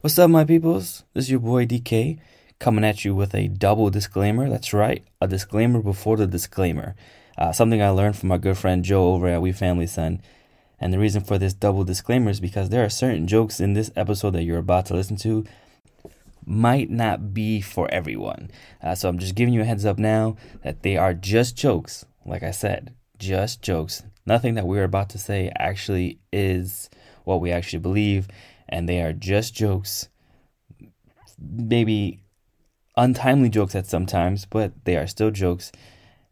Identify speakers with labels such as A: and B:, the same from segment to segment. A: What's up, my peoples? This is your boy DK coming at you with a double disclaimer. That's right, a disclaimer before the disclaimer. Uh, something I learned from my good friend Joe over at We Family Son. And the reason for this double disclaimer is because there are certain jokes in this episode that you're about to listen to might not be for everyone. Uh, so I'm just giving you a heads up now that they are just jokes. Like I said, just jokes. Nothing that we're about to say actually is what we actually believe, and they are just jokes. Maybe untimely jokes at sometimes, but they are still jokes.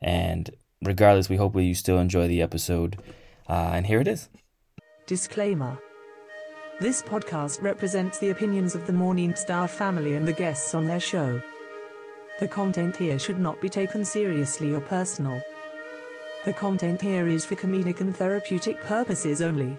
A: And regardless, we hope that you still enjoy the episode. Uh, and here it is.
B: Disclaimer. This podcast represents the opinions of the Morningstar family and the guests on their show. The content here should not be taken seriously or personal. The content here is for comedic and therapeutic purposes only.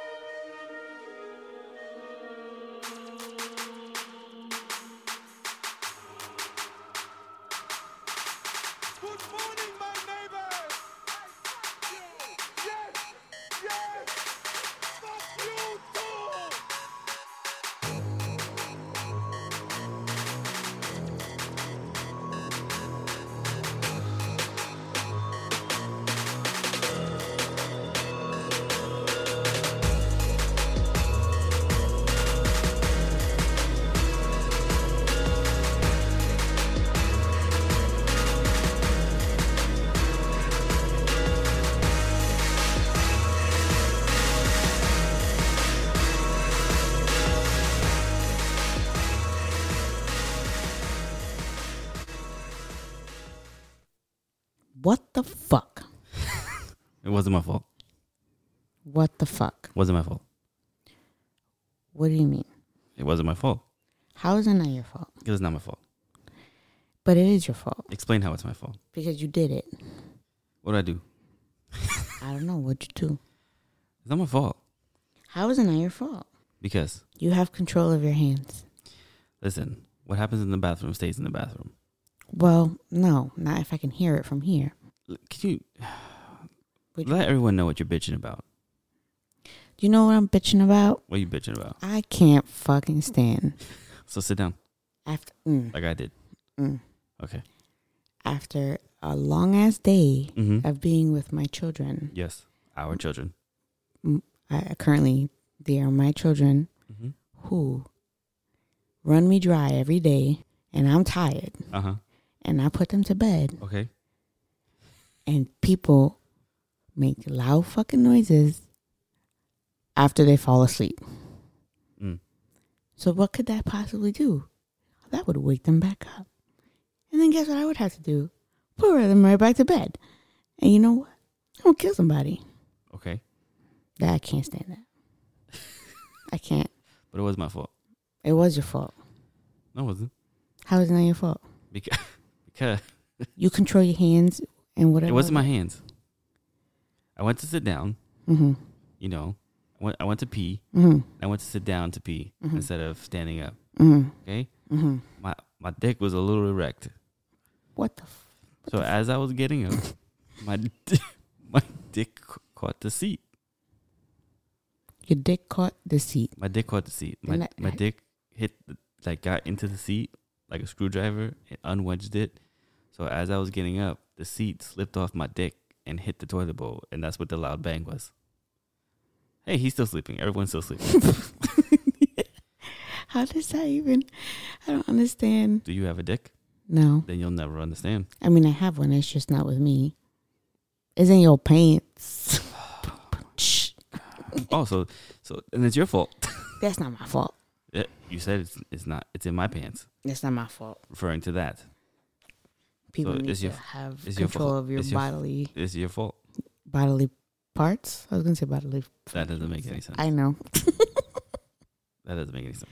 C: Good morning, my neighbors! Yes! Yes! Fuck you too!
D: What the fuck?
A: It wasn't my fault.
D: What the fuck?
A: Wasn't my fault.
D: What do you mean?
A: It wasn't my fault.
D: How is it not your fault?
A: It was not my fault.
D: But it is your fault
A: Explain how it's my fault.
D: because you did it.
A: What did I do?
D: I don't know what you do.
A: It's not my fault.
D: How is it not your fault?
A: Because,
D: You have control of your hands.
A: listen, what happens in the bathroom stays in the bathroom.
D: Well, no, not if I can hear it from here.
A: L- Can you
D: Which-
A: let everyone know what you're bitching about?
D: You know what I'm bitching about?
A: What are you bitching about?
D: I can't fucking stand
A: So sit down,
D: after mm,
A: like I did.
D: mm.
A: Okay.
D: after a long ass day
A: Mm-hmm.
D: of being with my children.
A: Yes, our children.
D: I, currently, they are my children
A: Mm-hmm.
D: who run me dry every day, and I'm tired.
A: Uh huh.
D: And I put them to bed.
A: Okay.
D: and people make loud fucking noises after they fall asleep.
A: Mm.
D: So what could that possibly do? That would wake them back up. And then guess what I would have to do? Put them right back to bed. And you know what? I'm gonna kill somebody.
A: Okay.
D: That I can't stand that. I can't.
A: But it was my fault.
D: It was your fault.
A: No, it wasn't.
D: How is it not your fault?
A: Because because
D: You control your hands and whatever.
A: it wasn't my hands. I went to sit down.
D: Mm-hmm.
A: You know, I went, I went to pee.
D: Mm-hmm.
A: I went to sit down to pee instead of standing up.
D: Mm-hmm.
A: Okay.
D: Mm-hmm.
A: My my dick was a little erect.
D: What the? F-
A: So as I was getting up, my di- my dick ca- caught the seat.
D: your dick caught the seat.
A: My dick caught the seat. My
D: Then that-
A: my dick hit the, like got into the seat like a screwdriver. It unwedged it. So as I was getting up, the seat slipped off my dick and hit the toilet bowl, and that's what the loud bang was. Hey, he's still sleeping. Everyone's still sleeping.
D: How does that even? I don't understand.
A: Do you have a dick?
D: No,
A: Then you'll never understand.
D: I mean I have one. It's just not with me. It's in your pants.
A: Oh, so so and it's your fault.
D: That's not my fault.
A: Yeah, you said it's it's not. It's in my pants.
D: That's not my fault.
A: Referring to that,
D: People
A: So
D: need
A: it's
D: to
A: your-
D: have
A: it's your
D: control
A: fault.
D: of your
A: It's your f-
D: bodily
A: it's your fault.
D: bodily parts. I was gonna say bodily.
A: That doesn't make any sense.
D: I know,
A: That doesn't make any sense.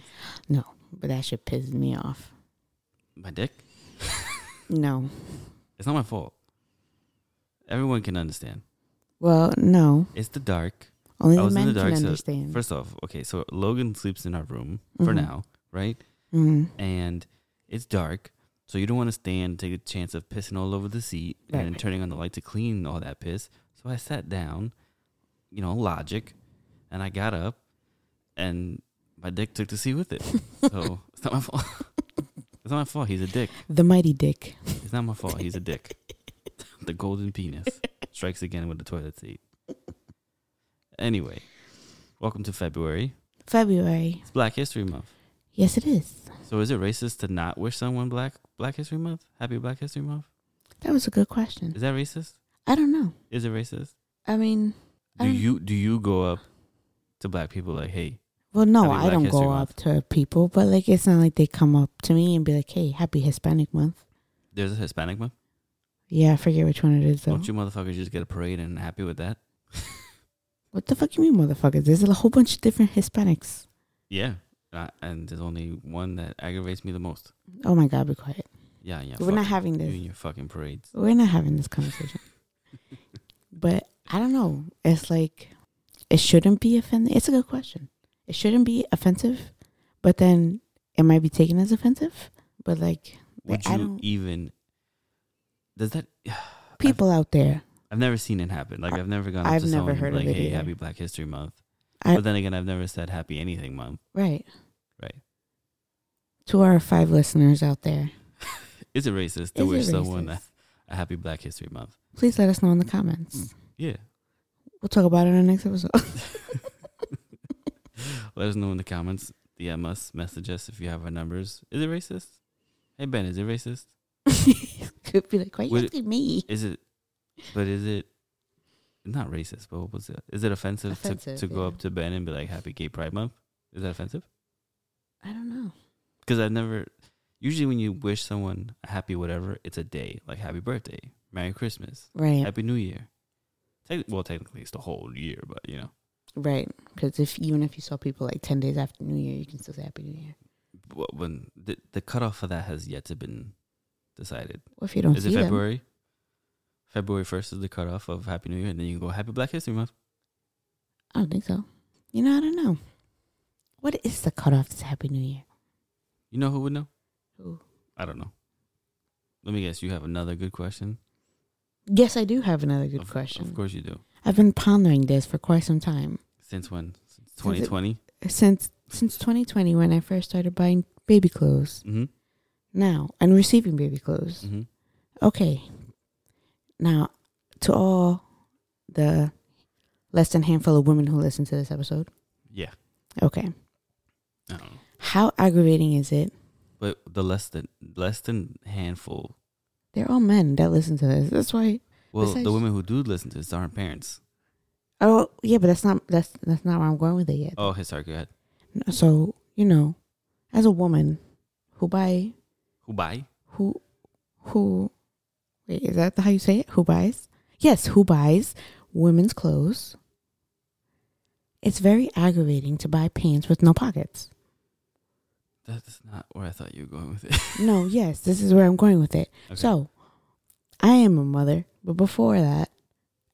D: but that shit pisses me off.
A: My dick.
D: No,
A: It's not my fault. Everyone can understand.
D: well, no.
A: It's the dark.
D: Only
A: I
D: the
A: was in the
D: men
A: dark,
D: can
A: so
D: understand.
A: First off, okay, so Logan sleeps in our room for
D: Mhm.
A: now, right?
D: Mhm.
A: And it's dark, so you don't want to stand, take a chance of pissing all over the seat
D: Right,
A: and then
D: right.
A: turning on the light to clean all that piss. So I sat down, you know, logic, and I got up and my dick took the C with it. So it's not my fault. it's not my fault. He's a dick.
D: The mighty dick.
A: It's not my fault. He's a dick. the golden penis strikes again with the toilet seat. Anyway, welcome to February.
D: February.
A: It's Black History Month.
D: Yes, it is.
A: So is it racist to not wish someone Black Black History Month? Happy Black History Month?
D: That was a good question.
A: Is that racist?
D: I don't know.
A: Is it racist?
D: I mean, I
A: Do
D: don't-
A: you do you go up to black people like, hey,
D: Well, no,
A: Happy
D: I
A: Black
D: don't
A: History
D: go
A: Month.
D: up to people, but like it's not like they come up to me and be like, "Hey, Happy Hispanic Month."
A: there's a Hispanic month?
D: Yeah, I forget which one it is though.
A: Don't you motherfuckers just get a parade and happy with that?
D: What the fuck you mean, motherfuckers? There's a whole bunch of different Hispanics.
A: Yeah. Uh, and there's only one that aggravates me the most.
D: Oh my god, be quiet.
A: Yeah, yeah.
D: We're not
A: fuck
D: having
A: You
D: this.
A: and your fucking parades.
D: We're not having this conversation. but I don't know. It's like it shouldn't be offensive. It's a good question. It shouldn't be offensive, but then it might be taken as offensive. But like,
A: Would
D: I
A: you
D: don't.
A: even? Does that?
D: People out there,
A: I've never seen it happen. Like I've never gone. Up
D: I've
A: to
D: never
A: someone
D: heard of
A: like,
D: it
A: Hey,
D: either.
A: Happy Black History Month.
D: I-
A: but then again, I've never said Happy Anything Month.
D: right?
A: Right.
D: To our five listeners out there,
A: Is it racist to
D: is it
A: wish someone a,
D: racist?
A: a Happy Black History Month?
D: please let us know in the comments.
A: Yeah.
D: We'll talk about it in the next episode.
A: Let us know in the comments. DM us. Message us if you have our numbers. Is it racist? Hey Ben, is it racist?
D: Could be like, why you
A: Would it-
D: asking me?
A: Is it? But is it? Not racist, but what was it? Is it offensive,
D: Offensive,
A: to, to go
D: yeah.
A: up to Ben and be like Happy Gay Pride Month? Is that offensive?
D: I don't know.
A: because I've never. Usually, when you wish someone a happy whatever, it's a day like Happy Birthday, Merry Christmas,
D: Right,
A: Happy New Year. Techni- well, technically, it's the whole year, but you know,
D: right. Because if even if you saw people like ten days after New Year, you can still say Happy New Year.
A: wh- when the the cutoff for that has yet to been decided.
D: Well, if you don't
A: is
D: see
A: it
D: them,
A: February? February first is the cutoff of Happy New Year, and then you can go Happy Black History Month.
D: I don't think so. You know, I don't know. What is the cutoff to Happy New Year?
A: You know who would know?
D: Who?
A: I don't know. Let me guess. You have another good question.
D: Yes, I do have another good
A: Of-
D: question.
A: Of course you do.
D: I've been pondering this for quite some time
A: Since when? Since 2020.
D: since since 2020 when I first started buying baby clothes.
A: Mm-hmm.
D: Now and receiving baby clothes.
A: Mm-hmm.
D: Okay. Now, to all the less than handful of women who listen to this episode,
A: Yeah.
D: okay.
A: I don't know.
D: How aggravating is it?
A: But the less than less than handful.
D: They're all men that listen to this. That's why.
A: Well,
D: Besides-
A: the women who do listen to this aren't parents.
D: Oh, yeah, but that's not that's that's not where I'm going with it yet.
A: Oh, okay, sorry, go ahead.
D: So you know, as a woman who buy
A: Who buy?
D: who who wait is that how you say it? Who buys? Yes, who buys women's clothes? It's very aggravating to buy pants with no pockets.
A: That's not where I thought you were going with it.
D: No, yes, this is where I'm going with it.
A: Okay.
D: So, I am a mother, but before that,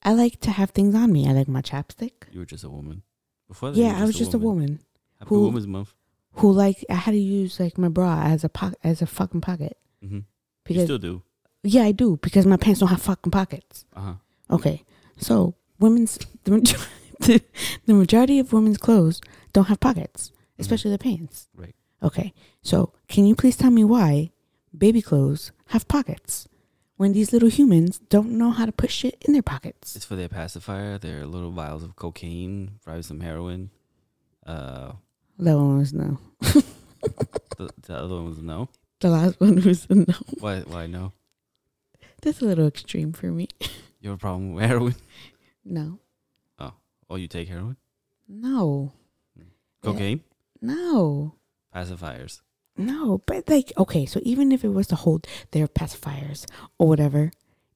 D: I like to have things on me. I like my chapstick.
A: you were just a woman. Before that, you
D: Yeah,
A: were
D: I was just a woman
A: Happy
D: who-
A: Women's Month.
D: who like I had to use like my bra as a po- as a fucking pocket
A: hmm You
D: because
A: still do.
D: yeah, I do because my pants don't have fucking pockets.
A: Uh huh.
D: Okay, so women's the, major- the, the majority of women's clothes don't have pockets, especially the pants.
A: Mm-hmm. Right.
D: Okay, so can you please tell me why baby clothes have pockets when these little humans don't know how to put shit in their pockets?
A: It's for their pacifier, their little vials of cocaine, probably some heroin. Uh,
D: That one was no.
A: the, the other one was no.
D: The last one was a no.
A: Why? Why no?
D: That's a little extreme for me.
A: You have a problem with heroin?
D: No,
A: Oh, you take heroin?
D: no,
A: Mm.
D: Yeah.
A: Cocaine?
D: no.
A: Pacifiers.
D: No, but like, okay, so even if it was to hold their pacifiers or whatever,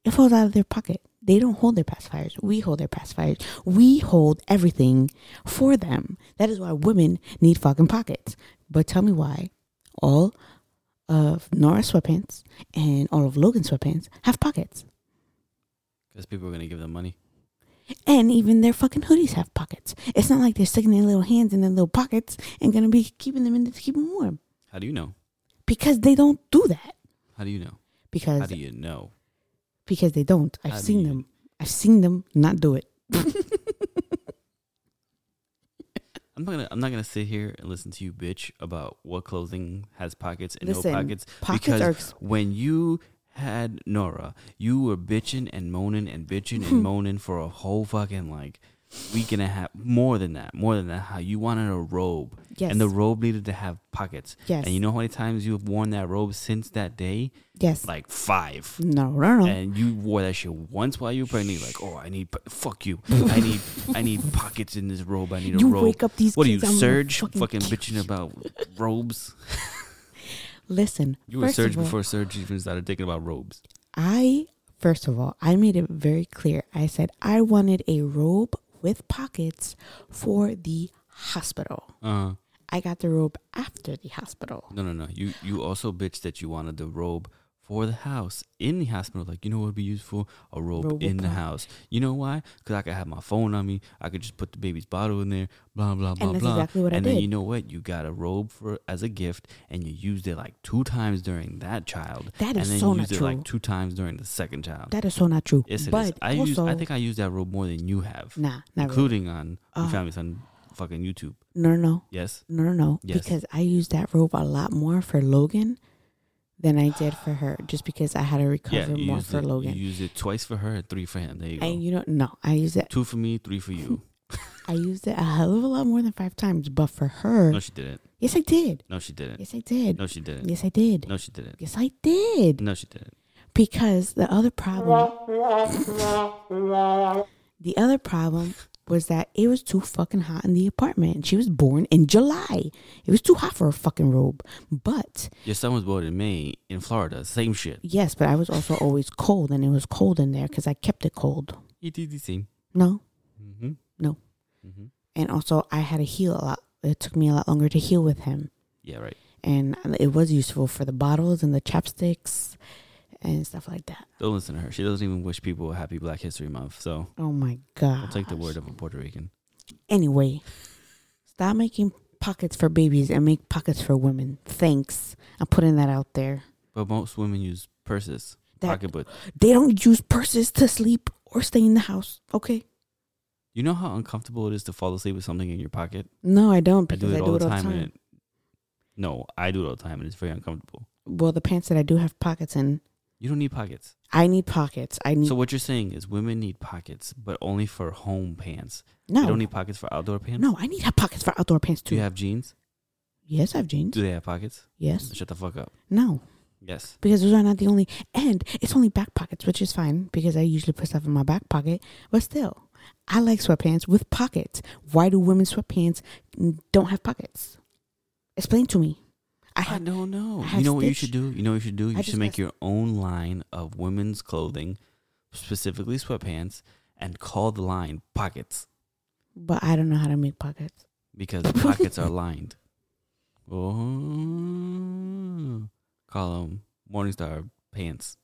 D: it falls out of their pocket. They don't hold their pacifiers. We hold their pacifiers. We hold everything for them. That is why women need fucking pockets. But tell me why all of Nora's sweatpants and all of Logan's sweatpants have pockets.
A: Because people are gonna give them money.
D: And even their fucking hoodies have pockets. It's not like they're sticking their little hands in their little pockets and gonna be keeping them in there to keep them warm.
A: How do you know?
D: Because they don't do that.
A: How do you know?
D: Because
A: How do you know?
D: because they don't. I've
A: How do
D: seen
A: you-
D: them. I've seen them not do it.
A: I'm not gonna I'm not gonna sit here and listen to you bitch about what clothing has pockets and
D: Listen,
A: no pockets.
D: pockets
A: because
D: are ex-
A: when you had Nora, you were bitching and moaning and bitching and moaning for a whole fucking like week and a half more than that. More than that, how you wanted a robe.
D: Yes.
A: And the robe needed to have pockets.
D: Yes.
A: And you know how many times you have worn that robe since that day?
D: Yes.
A: Like five
D: no, no, no.
A: and you wore that shit once while you were pregnant. You're like, oh, I need, po- fuck you. I need, I need pockets in this robe. I need a
D: You
A: robe.
D: wake up these
A: What
D: kids,
A: are
D: I'm
A: you,
D: gonna
A: Surge?
D: fucking
A: Fucking,
D: kill
A: bitching about robes.
D: Listen,
A: You were
D: first
A: Surge
D: of all,
A: before Surge even started thinking about robes.
D: I first of all, I made it very clear. I said I wanted a robe with pockets for the hospital.
A: Uh,
D: I got the robe after the hospital.
A: no, no, no. You, you also bitched that you wanted the robe for the house in the hospital. Like, you know what would be useful? A robe
D: Robe
A: in the
D: upon.
A: house. You know why? Because I could have my phone on me. I could just put the baby's bottle in there. Blah blah blah
D: that's
A: blah.
D: exactly what I
A: and then
D: did.
A: you know what? You got a robe for as a gift, and you used it like two times during that child.
D: That is
A: and then
D: so
A: you
D: not
A: used it like
D: true.
A: two times during the second child.
D: That is so not true.
A: yes, it is.
D: but
A: I
D: also,
A: used, I think I used that robe more than you have.
D: nah, not really.
A: including on
D: Oh.
A: we found this on fucking YouTube.
D: No, no, no.
A: Yes.
D: No, no, no.
A: Yes.
D: Because I used that robe a lot more for Logan than I did for her, just because I had to
A: Yeah,
D: recover
A: you
D: more
A: used
D: for
A: it,
D: Logan.
A: You used it twice for her and three for him. There you go.
D: and you know, no, I used it.
A: Two for me, three for you.
D: I used it a hell of a lot more than five times. But for her,
A: No, she didn't.
D: yes, I did.
A: No, she didn't.
D: Yes, I did.
A: No, she didn't.
D: yes, I did.
A: No, she didn't.
D: Yes, I did.
A: No, she didn't.
D: Because the other problem, the other problem was that it was too fucking hot in the apartment. She was born in July. It was too hot for a fucking robe. But
A: Your son was born in Maine, in Florida. Same shit.
D: yes, but I was also always cold, and it was cold in there because I kept it cold.
A: He did the same.
D: No,
A: Mm-hmm.
D: no.
A: Mm-hmm.
D: And also, I had to heal a lot. It took me a lot longer to heal with him,
A: Yeah, right.
D: and it was useful for the bottles and the chapsticks and stuff like that.
A: Don't listen to her. She doesn't even wish people a happy Black History Month. So
D: Oh my god!
A: I'll take the word of a Puerto Rican.
D: Anyway, stop making pockets for babies and make pockets for women. Thanks. I'm putting that out there.
A: But most women use purses,
D: That-
A: pocketbook.
D: They don't use purses to sleep or stay in the house. Okay.
A: You know how uncomfortable it is to fall asleep with something in your pocket?
D: No, I don't
A: I do
D: because
A: it all the time.
D: time.
A: And it, no, I do it all the time, and it's very uncomfortable.
D: Well, the pants that I do have pockets in,
A: You don't need pockets.
D: I need pockets. I need
A: So what you're saying is women need pockets, but only for home pants.
D: no.
A: They don't need pockets for outdoor pants.
D: no, I need have pockets for outdoor pants
A: Do
D: too.
A: you have jeans?
D: yes, I have jeans.
A: Do they have pockets?
D: yes.
A: Shut the fuck up.
D: No,
A: Yes.
D: because those are not the only. And it's only back pockets, which is fine because I usually put stuff in my back pocket. But still, I like sweatpants with pockets. Why do women's sweatpants n- don't have pockets? Explain to me. I
A: I
D: have
A: don't know. you
D: I have
A: know what you
D: Stitch.
A: should do? You know what you should do? You
D: I just
A: should make
D: got-
A: your own line of women's clothing, specifically sweatpants, and call the line pockets
D: but I don't know how to make pockets.
A: because the pockets are lined. Oh, call them Morningstar pants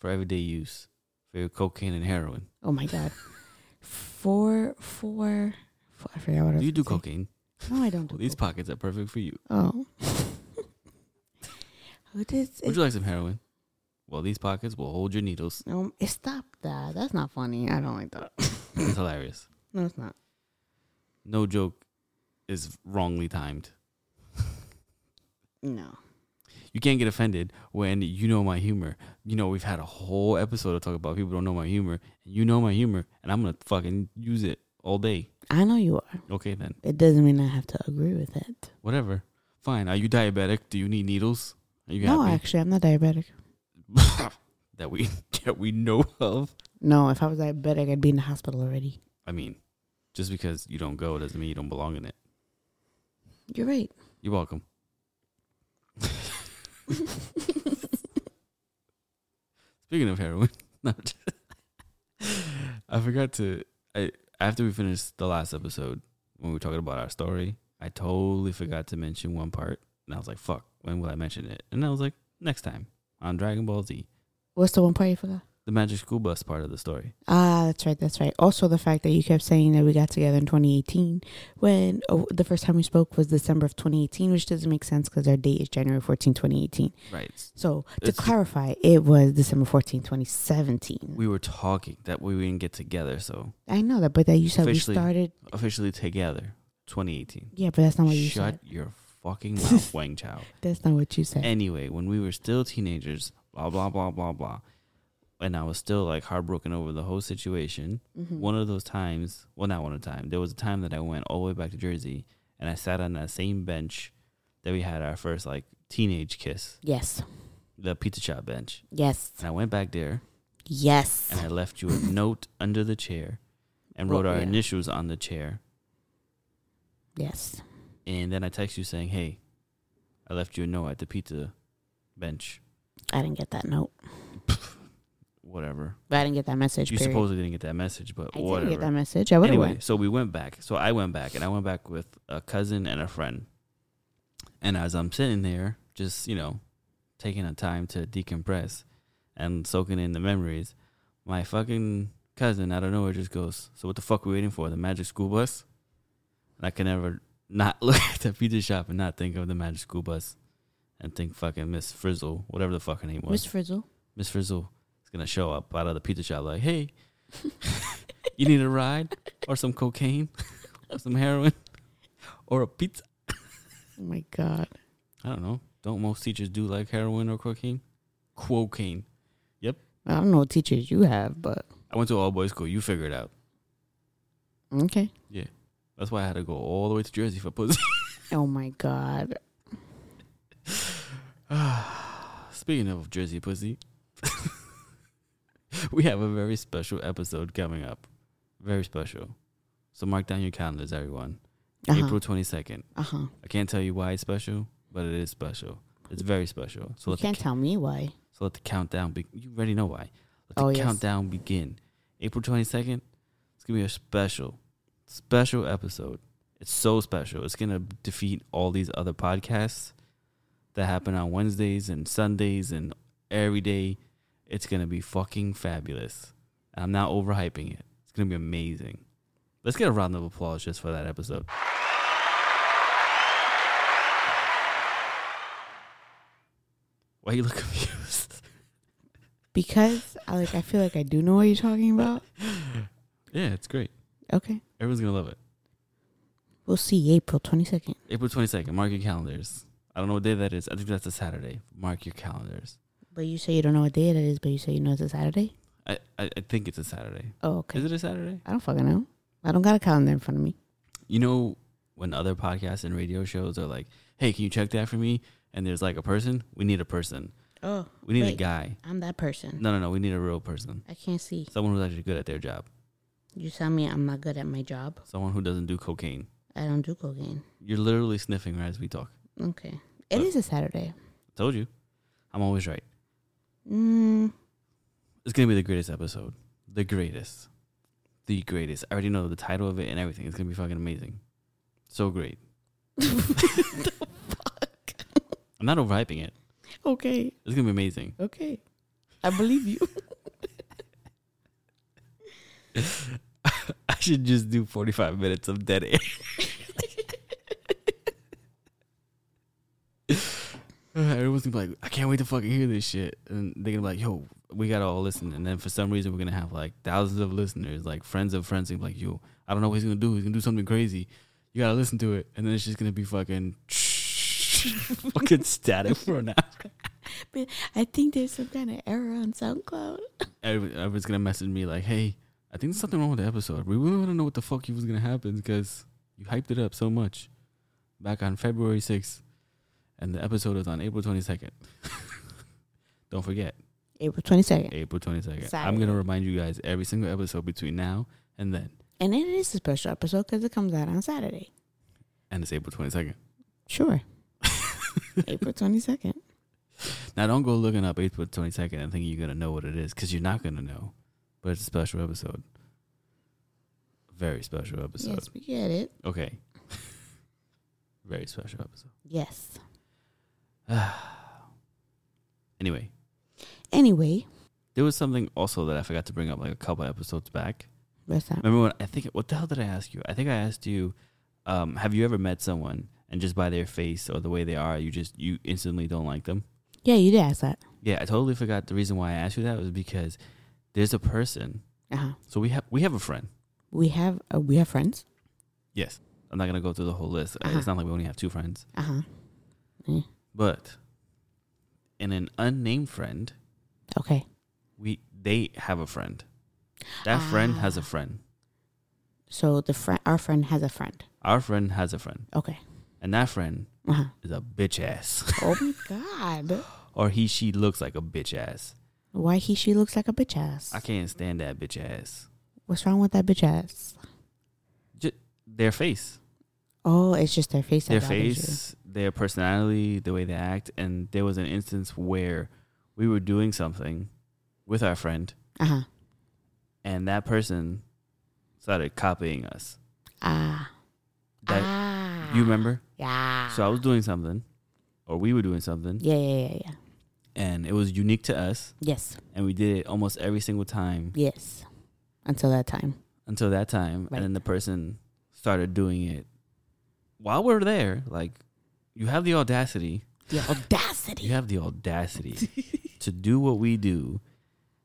A: for everyday use for your cocaine and heroin.
D: Oh my god. Four, four, four. I forgot what I
A: Do
D: was
A: you do
D: gonna say.
A: cocaine?
D: No, I don't do
A: Well, these
D: coke.
A: pockets are perfect for you.
D: Oh. What is
A: Would
D: it?
A: you like some heroin? Well, these pockets will hold your needles.
D: um, eh, stop that. That's not funny. I don't like that.
A: It's hilarious.
D: No, it's not.
A: no joke is wrongly timed.
D: No.
A: You can't get offended when you know my humor. You know, we've had a whole episode to talk about people don't know my humor, and you know my humor, and I'm gonna fucking use it all day.
D: I know you are.
A: Okay, then.
D: It doesn't mean I have to agree with it.
A: Whatever. Fine. Are you diabetic? Do you need needles? Are you
D: No,
A: happy?
D: actually, I'm not diabetic.
A: that we that we know of.
D: No, if I was diabetic, I'd be in the hospital already.
A: I mean, just because you don't go doesn't mean you don't belong in it.
D: You're right.
A: You're welcome. Speaking of heroin, no, I'm just- I forgot to. I after we finished the last episode when we were talking about our story, I totally forgot to mention one part, and I was like, "Fuck, when will I mention it?" And I was like, "Next time on Dragon Ball Z,
D: What's the one part you forgot?
A: the Magic School Bus part of the story."
D: Ah, that's right. That's right. Also, the fact that you kept saying that we got together in 2018 when oh, the first time we spoke was December of 2018, which doesn't make sense because our date is January 14, 2018.
A: Right.
D: So, to
A: It's-
D: clarify, it was December 14, 2017.
A: We were talking that way we didn't get together, so
D: I know that, but that you said we
A: Officially.
D: started.
A: officially together 2018.
D: Yeah, but that's not what you
A: Shut
D: said.
A: your fucking mouth, Wang Chao.
D: That's not what you said.
A: Anyway, when we were still teenagers, blah blah blah blah blah, and I was still like heartbroken over the whole situation.
D: Mhm.
A: One of those times, well, not one of the time. There was a time that I went all the way back to Jersey, and I sat on that same bench that we had our first like teenage kiss,
D: Yes.
A: the pizza shop bench.
D: Yes.
A: And I went back there,
D: Yes.
A: and I left you a note under the chair, and wrote
D: Well,
A: our
D: yeah.
A: initials on the chair,
D: Yes.
A: and then I text you saying, "Hey, I left you a note at the pizza bench,
D: I didn't get that note.
A: whatever."
D: But I didn't get that message.
A: You
D: period.
A: supposedly didn't get that message, but
D: I
A: whatever.
D: didn't get that message. I would have
A: anyway,
D: went.
A: so we went back. So I went back, and I went back with a cousin and a friend. And as I'm sitting there, just you know, taking a time to decompress and soaking in the memories, my fucking cousin out of nowhere just goes, "So what the fuck are we waiting for? The Magic School Bus?" And I can never not look at the pizza shop and not think of the Magic School Bus, and think fucking Miss Frizzle, whatever the fuck her name was.
D: Miss Frizzle.
A: Miss Frizzle is gonna show up out of the pizza shop like, hey, you need a ride or some cocaine or some heroin or a pizza.
D: Oh my god.
A: I don't know. Don't most teachers do like heroin or cocaine? Cocaine.
D: I don't know what teachers you have, but
A: I went to all boys school. You figure it out.
D: okay.
A: That's why I had to go all the way to Jersey for pussy.
D: Oh my god.
A: Speaking of Jersey pussy, we have a very special episode coming up. Very special. So mark down your calendars, everyone.
D: Uh-huh.
A: April twenty second.
D: Uh huh.
A: I can't tell you why it's special, but it is special. It's very special. So
D: You
A: let the,
D: can't
A: ca-
D: tell me why.
A: so let the countdown. Be- you already know why. Let the
D: Oh, yes.
A: countdown begin. April twenty second. It's gonna be a special, special episode. It's so special. It's gonna defeat all these other podcasts that happen on Wednesdays and Sundays and every day. It's gonna be fucking fabulous. And I'm not overhyping it. It's gonna be amazing. Let's get a round of applause just for that episode. Why you look confused?
D: Because I like I feel like I do know what you're talking about.
A: yeah, it's great.
D: Okay.
A: Everyone's gonna love it.
D: We'll see April twenty second.
A: April twenty second. Mark your calendars. I don't know what day that is. I think that's a Saturday. Mark your calendars.
D: But you say you don't know what day it is, but you say you know it's a Saturday?
A: I, I, I think it's a Saturday.
D: Oh, okay.
A: Is it a Saturday?
D: I don't fucking know. I don't got a calendar in front of me.
A: You know when other podcasts and radio shows are like, "Hey, can you check that for me?" And there's like a person. We need a person.
D: Oh.
A: We need a
D: Wait.
A: guy.
D: I'm that person.
A: No, no, no. We need a real person.
D: I can't see.
A: Someone who's actually good at their job.
D: You tell me I'm not good at my job.
A: Someone who doesn't do cocaine.
D: I don't do cocaine.
A: You're literally sniffing right as we talk.
D: Okay. It
A: Uh.
D: is a Saturday.
A: Told you. I'm always right.
D: Mm,
A: It's gonna be the greatest episode. The greatest. The greatest. I already know the title of it and everything. It's gonna be fucking amazing. So great. I'm not overhyping it.
D: okay.
A: It's gonna be amazing.
D: Okay. I believe you.
A: I should just do 45 minutes of dead air. Everyone's gonna be like, I can't wait to fucking hear this shit. And they're gonna be like, yo, we gotta all listen. And then for some reason, we're gonna have like thousands of listeners, like friends of friends, and be like, yo, I don't know what he's gonna do. He's gonna do something crazy. You gotta listen to it. And then it's just gonna be fucking fucking static for an hour.
D: But I think there's some kind of error on SoundCloud.
A: Every- Everyone's gonna message me like, "Hey, I think there's something wrong with the episode. We really want to know what the fuck you was gonna happen because you hyped it up so much back on February 6th, and the episode is on April 22nd. Don't forget
D: April 22nd.
A: April 22nd. I'm
D: Saturday.
A: gonna remind you guys every single episode between now and then,
D: And it is a special episode because it comes out on Saturday.
A: and it's April 22nd.
D: Sure. April 22nd.
A: Now, don't go looking up April 22nd and thinking you're going to know what it is because you're not going to know. But it's a special episode. Very special episode.
D: Yes, we get it.
A: Okay. Very special episode.
D: Yes.
A: Anyway,
D: Anyway,
A: there was something also that I forgot to bring up like a couple episodes back.
D: what's that?
A: Remember when I think, what the hell did I ask you? I think I asked you, um, have you ever met someone and just by their face or the way they are, you just, you instantly don't like them?
D: Yeah, you did ask that.
A: Yeah, I totally forgot the reason why I asked you that was because there's a person.
D: Uh huh.
A: So we have, we have a friend.
D: We have uh, we have friends.
A: Yes. I'm not gonna go through the whole list.
D: Uh-huh.
A: It's not like we only have two friends,
D: Uh huh.
A: but in an unnamed friend,
D: Okay.
A: we they have a friend. That friend has a
D: Ah.
A: friend.
D: So the friend, our friend has a friend.
A: Our friend has a friend,
D: Okay.
A: and that friend
D: Uh huh.
A: is a bitch ass,
D: Oh my god.
A: or he she looks like a bitch ass.
D: Why he she looks like a bitch ass?
A: I can't stand that bitch ass.
D: What's wrong with that bitch ass?
A: Just their face,
D: Oh, it's just their face. that
A: their
D: bothers
A: face, their personality, the way they act. And there was an instance where we were doing something with our friend,
D: you. Uh huh.
A: and that person started copying us.
D: Ah.
A: That
D: ah.
A: you remember?
D: Yeah.
A: So I was doing something, or we were doing something,
D: Yeah, yeah, yeah, yeah.
A: and it was unique to us,
D: Yes.
A: and we did it almost every single time
D: Yes. Until that time.
A: until that time.
D: Right.
A: And then the person started doing it while we're there. Like, you have the audacity.
D: The audacity.
A: You have the audacity to do what we do.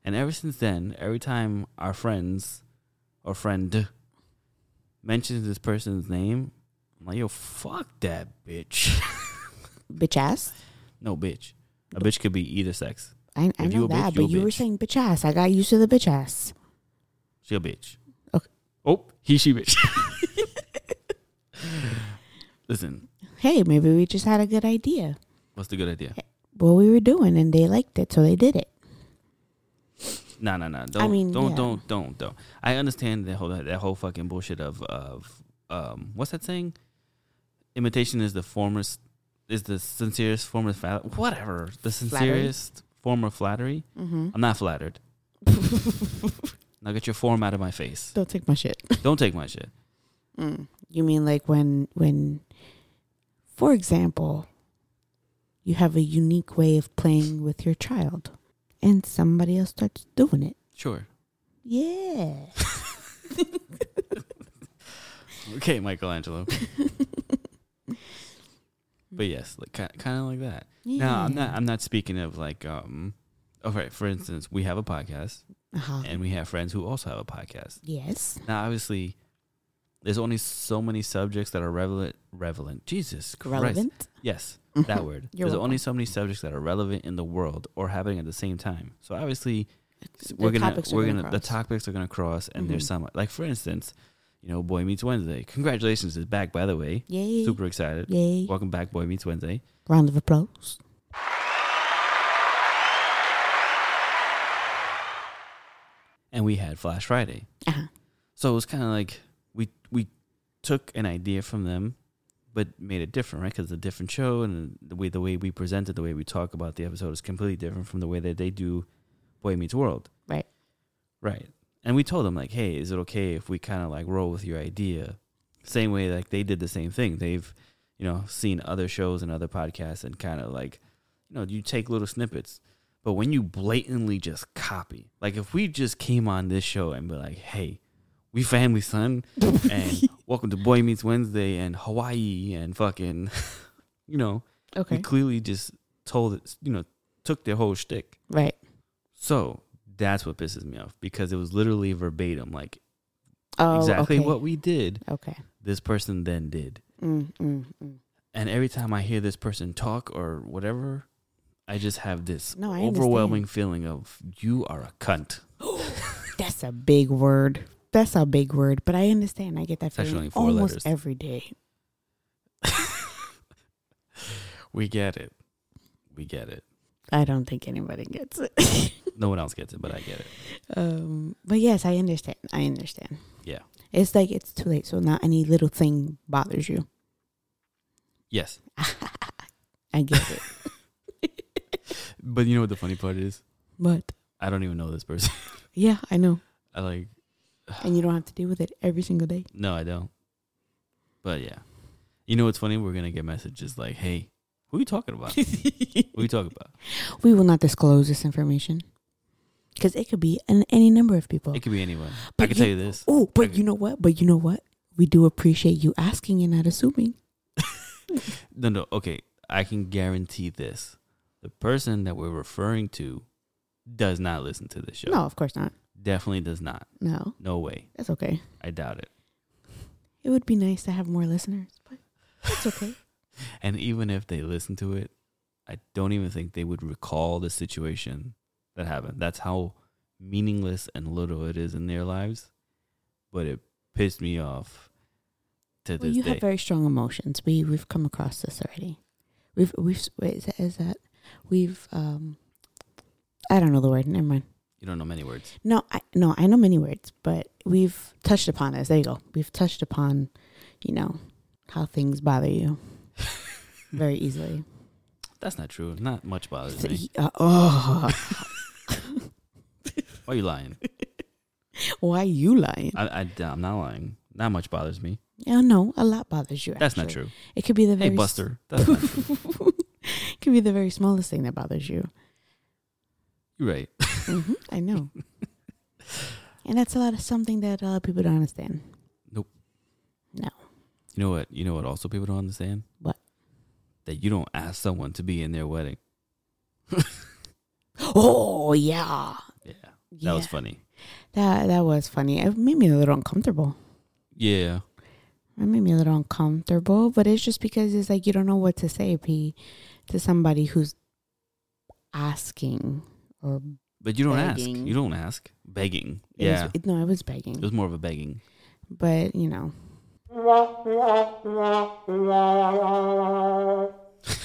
A: And ever since then, every time our friends or friend mentions this person's name, I'm like, yo, fuck that bitch.
D: Bitch ass.
A: no, bitch. A bitch could be either sex.
D: I, I
A: If you a
D: know
A: bitch,
D: that,
A: you a
D: but you were
A: bitch.
D: saying bitch ass. I got used to the bitch ass.
A: She a bitch.
D: Okay.
A: Oh, he, she, bitch. Listen,
D: Hey, maybe we just had a good idea.
A: what's the good idea?
D: What we were doing, and they liked it, so they did it.
A: No, no, no. Don't,
D: mean,
A: don't,
D: yeah.
A: don't, don't, don't. I understand that whole that whole fucking bullshit of of um what's that saying? Imitation is the formest is the sincerest form of flattery. Whatever the sincerest form of flattery.
D: Mm-hmm.
A: I'm not flattered. Now get your form out of my face.
D: Don't take my shit.
A: Don't take my shit.
D: Mm. You mean like when when for example, you have a unique way of playing with your child and somebody else starts doing it.
A: Sure.
D: Yeah.
A: Okay, Michelangelo. but yes, like kind of like that. No, I'm not. I'm not speaking of like um. Okay, for instance, we have a podcast.
D: uh-huh.
A: and we have friends who also have a podcast.
D: yes.
A: Now, obviously, there's only so many subjects that are relevant. Relevant, Jesus Christ.
D: Relevant.
A: Yes,
D: Mhm.
A: that word.
D: You're
A: there's
D: welcome.
A: only so many subjects that are relevant in the world or happening at the same time. So obviously, we're
D: The
A: gonna
D: topics are
A: we're gonna, the
D: cross.
A: topics are gonna cross, and
D: Mhm.
A: there's some like for instance, you know, Boy Meets Wednesday. Congratulations, is back by the way.
D: Yay.
A: Super excited.
D: Yay.
A: Welcome back, Boy Meets Wednesday.
D: Round of applause.
A: And we had Flash Friday.
D: Uh-huh.
A: So it was kind of like we we took an idea from them, but made it different, right? Because it's a different show, and the way the way we present it, the way we talk about the episode is completely different from the way that they do Boy Meets World.
D: Right.
A: Right. And we told them like, hey, is it okay if we kind of like roll with your idea? Same way like they did the same thing. They've you know seen other shows and other podcasts and kind of like you know you take little snippets. But when you blatantly just copy, like if we just came on this show and be like, hey, we family son and welcome to Boy Meets Wednesday and Hawaii and fucking you know,
D: Okay.
A: we clearly just told it you know, took their whole shtick.
D: right.
A: So that's what pisses me off because it was literally verbatim, like
D: Oh,
A: exactly
D: okay.
A: what we did,
D: Okay.
A: this person then did.
D: Mm, mm, mm.
A: And every time I hear this person talk or whatever, I just have this
D: No, I
A: overwhelming feeling of you are a cunt.
D: That's a big word. That's a big word, but I understand. I get that
A: It's actually
D: feeling
A: only four
D: almost
A: letters.
D: every day.
A: We get it. We get it.
D: I don't think anybody gets it.
A: No one else gets it, but I get it.
D: Um, but yes, I understand. I understand.
A: Yeah.
D: It's like it's too late, so not any little thing bothers you.
A: Yes.
D: I get it.
A: But you know what the funny part is?
D: but
A: I don't even know this person.
D: yeah, I know.
A: I like
D: And you don't have to deal with it every single day.
A: No, I don't. But yeah. You know what's funny? We're gonna get messages like, Hey, who you talking about? what you talking about?
D: We will not disclose this information because it could be an, any number of people.
A: It could be anyone. I
D: But
A: can
D: you-
A: tell you this.
D: Oh,
A: I
D: but
A: could-
D: you know what? But you know what? We do appreciate you asking and not assuming.
A: No, no. Okay, I can guarantee this: the person that we're referring to does not listen to this show.
D: No, of course not.
A: definitely does not.
D: No,
A: No way.
D: that's okay.
A: I doubt it.
D: It would be nice to have more listeners, but it's okay.
A: And even if they listen to it, I don't even think they would recall the situation that happened. That's how meaningless and little it is in their lives. But it pissed me off to
D: well,
A: this
D: you
A: day.
D: have very strong emotions. We we've come across this already. We've we've wait is that, is that we've um I don't know the word. Never mind.
A: you don't know many words.
D: No, I no, I know many words, but we've touched upon this. There you go. We've touched upon, you know, how things bother you very easily.
A: That's not true. Not much bothers
D: So
A: me.
D: he- uh, oh,
A: Why are you lying?
D: why are you lying?
A: I, I, I'm not lying. Not much bothers me.
D: Yeah, no, a lot bothers you.
A: That's not
D: actually.
A: true.
D: It could be the
A: Hey,
D: very s-
A: Buster. That's not true.
D: it could be the very smallest thing that bothers you.
A: You're right.
D: hmm I know. and that's a lot of something that a lot of people don't understand.
A: You know what? You know what? Also, people don't understand
D: What?
A: that you don't ask someone to be in their wedding.
D: Oh yeah,
A: Yeah, that
D: yeah.
A: was funny.
D: that that was funny. It made me a little uncomfortable.
A: Yeah,
D: It made me a little uncomfortable, but it's just because it's like you don't know what to say, P, to somebody who's asking or
A: but you don't ask.
D: Begging.
A: You don't ask. Begging.
D: it
A: yeah,
D: was, it, no, I was
A: it
D: begging,
A: was more of a begging.
D: but you know.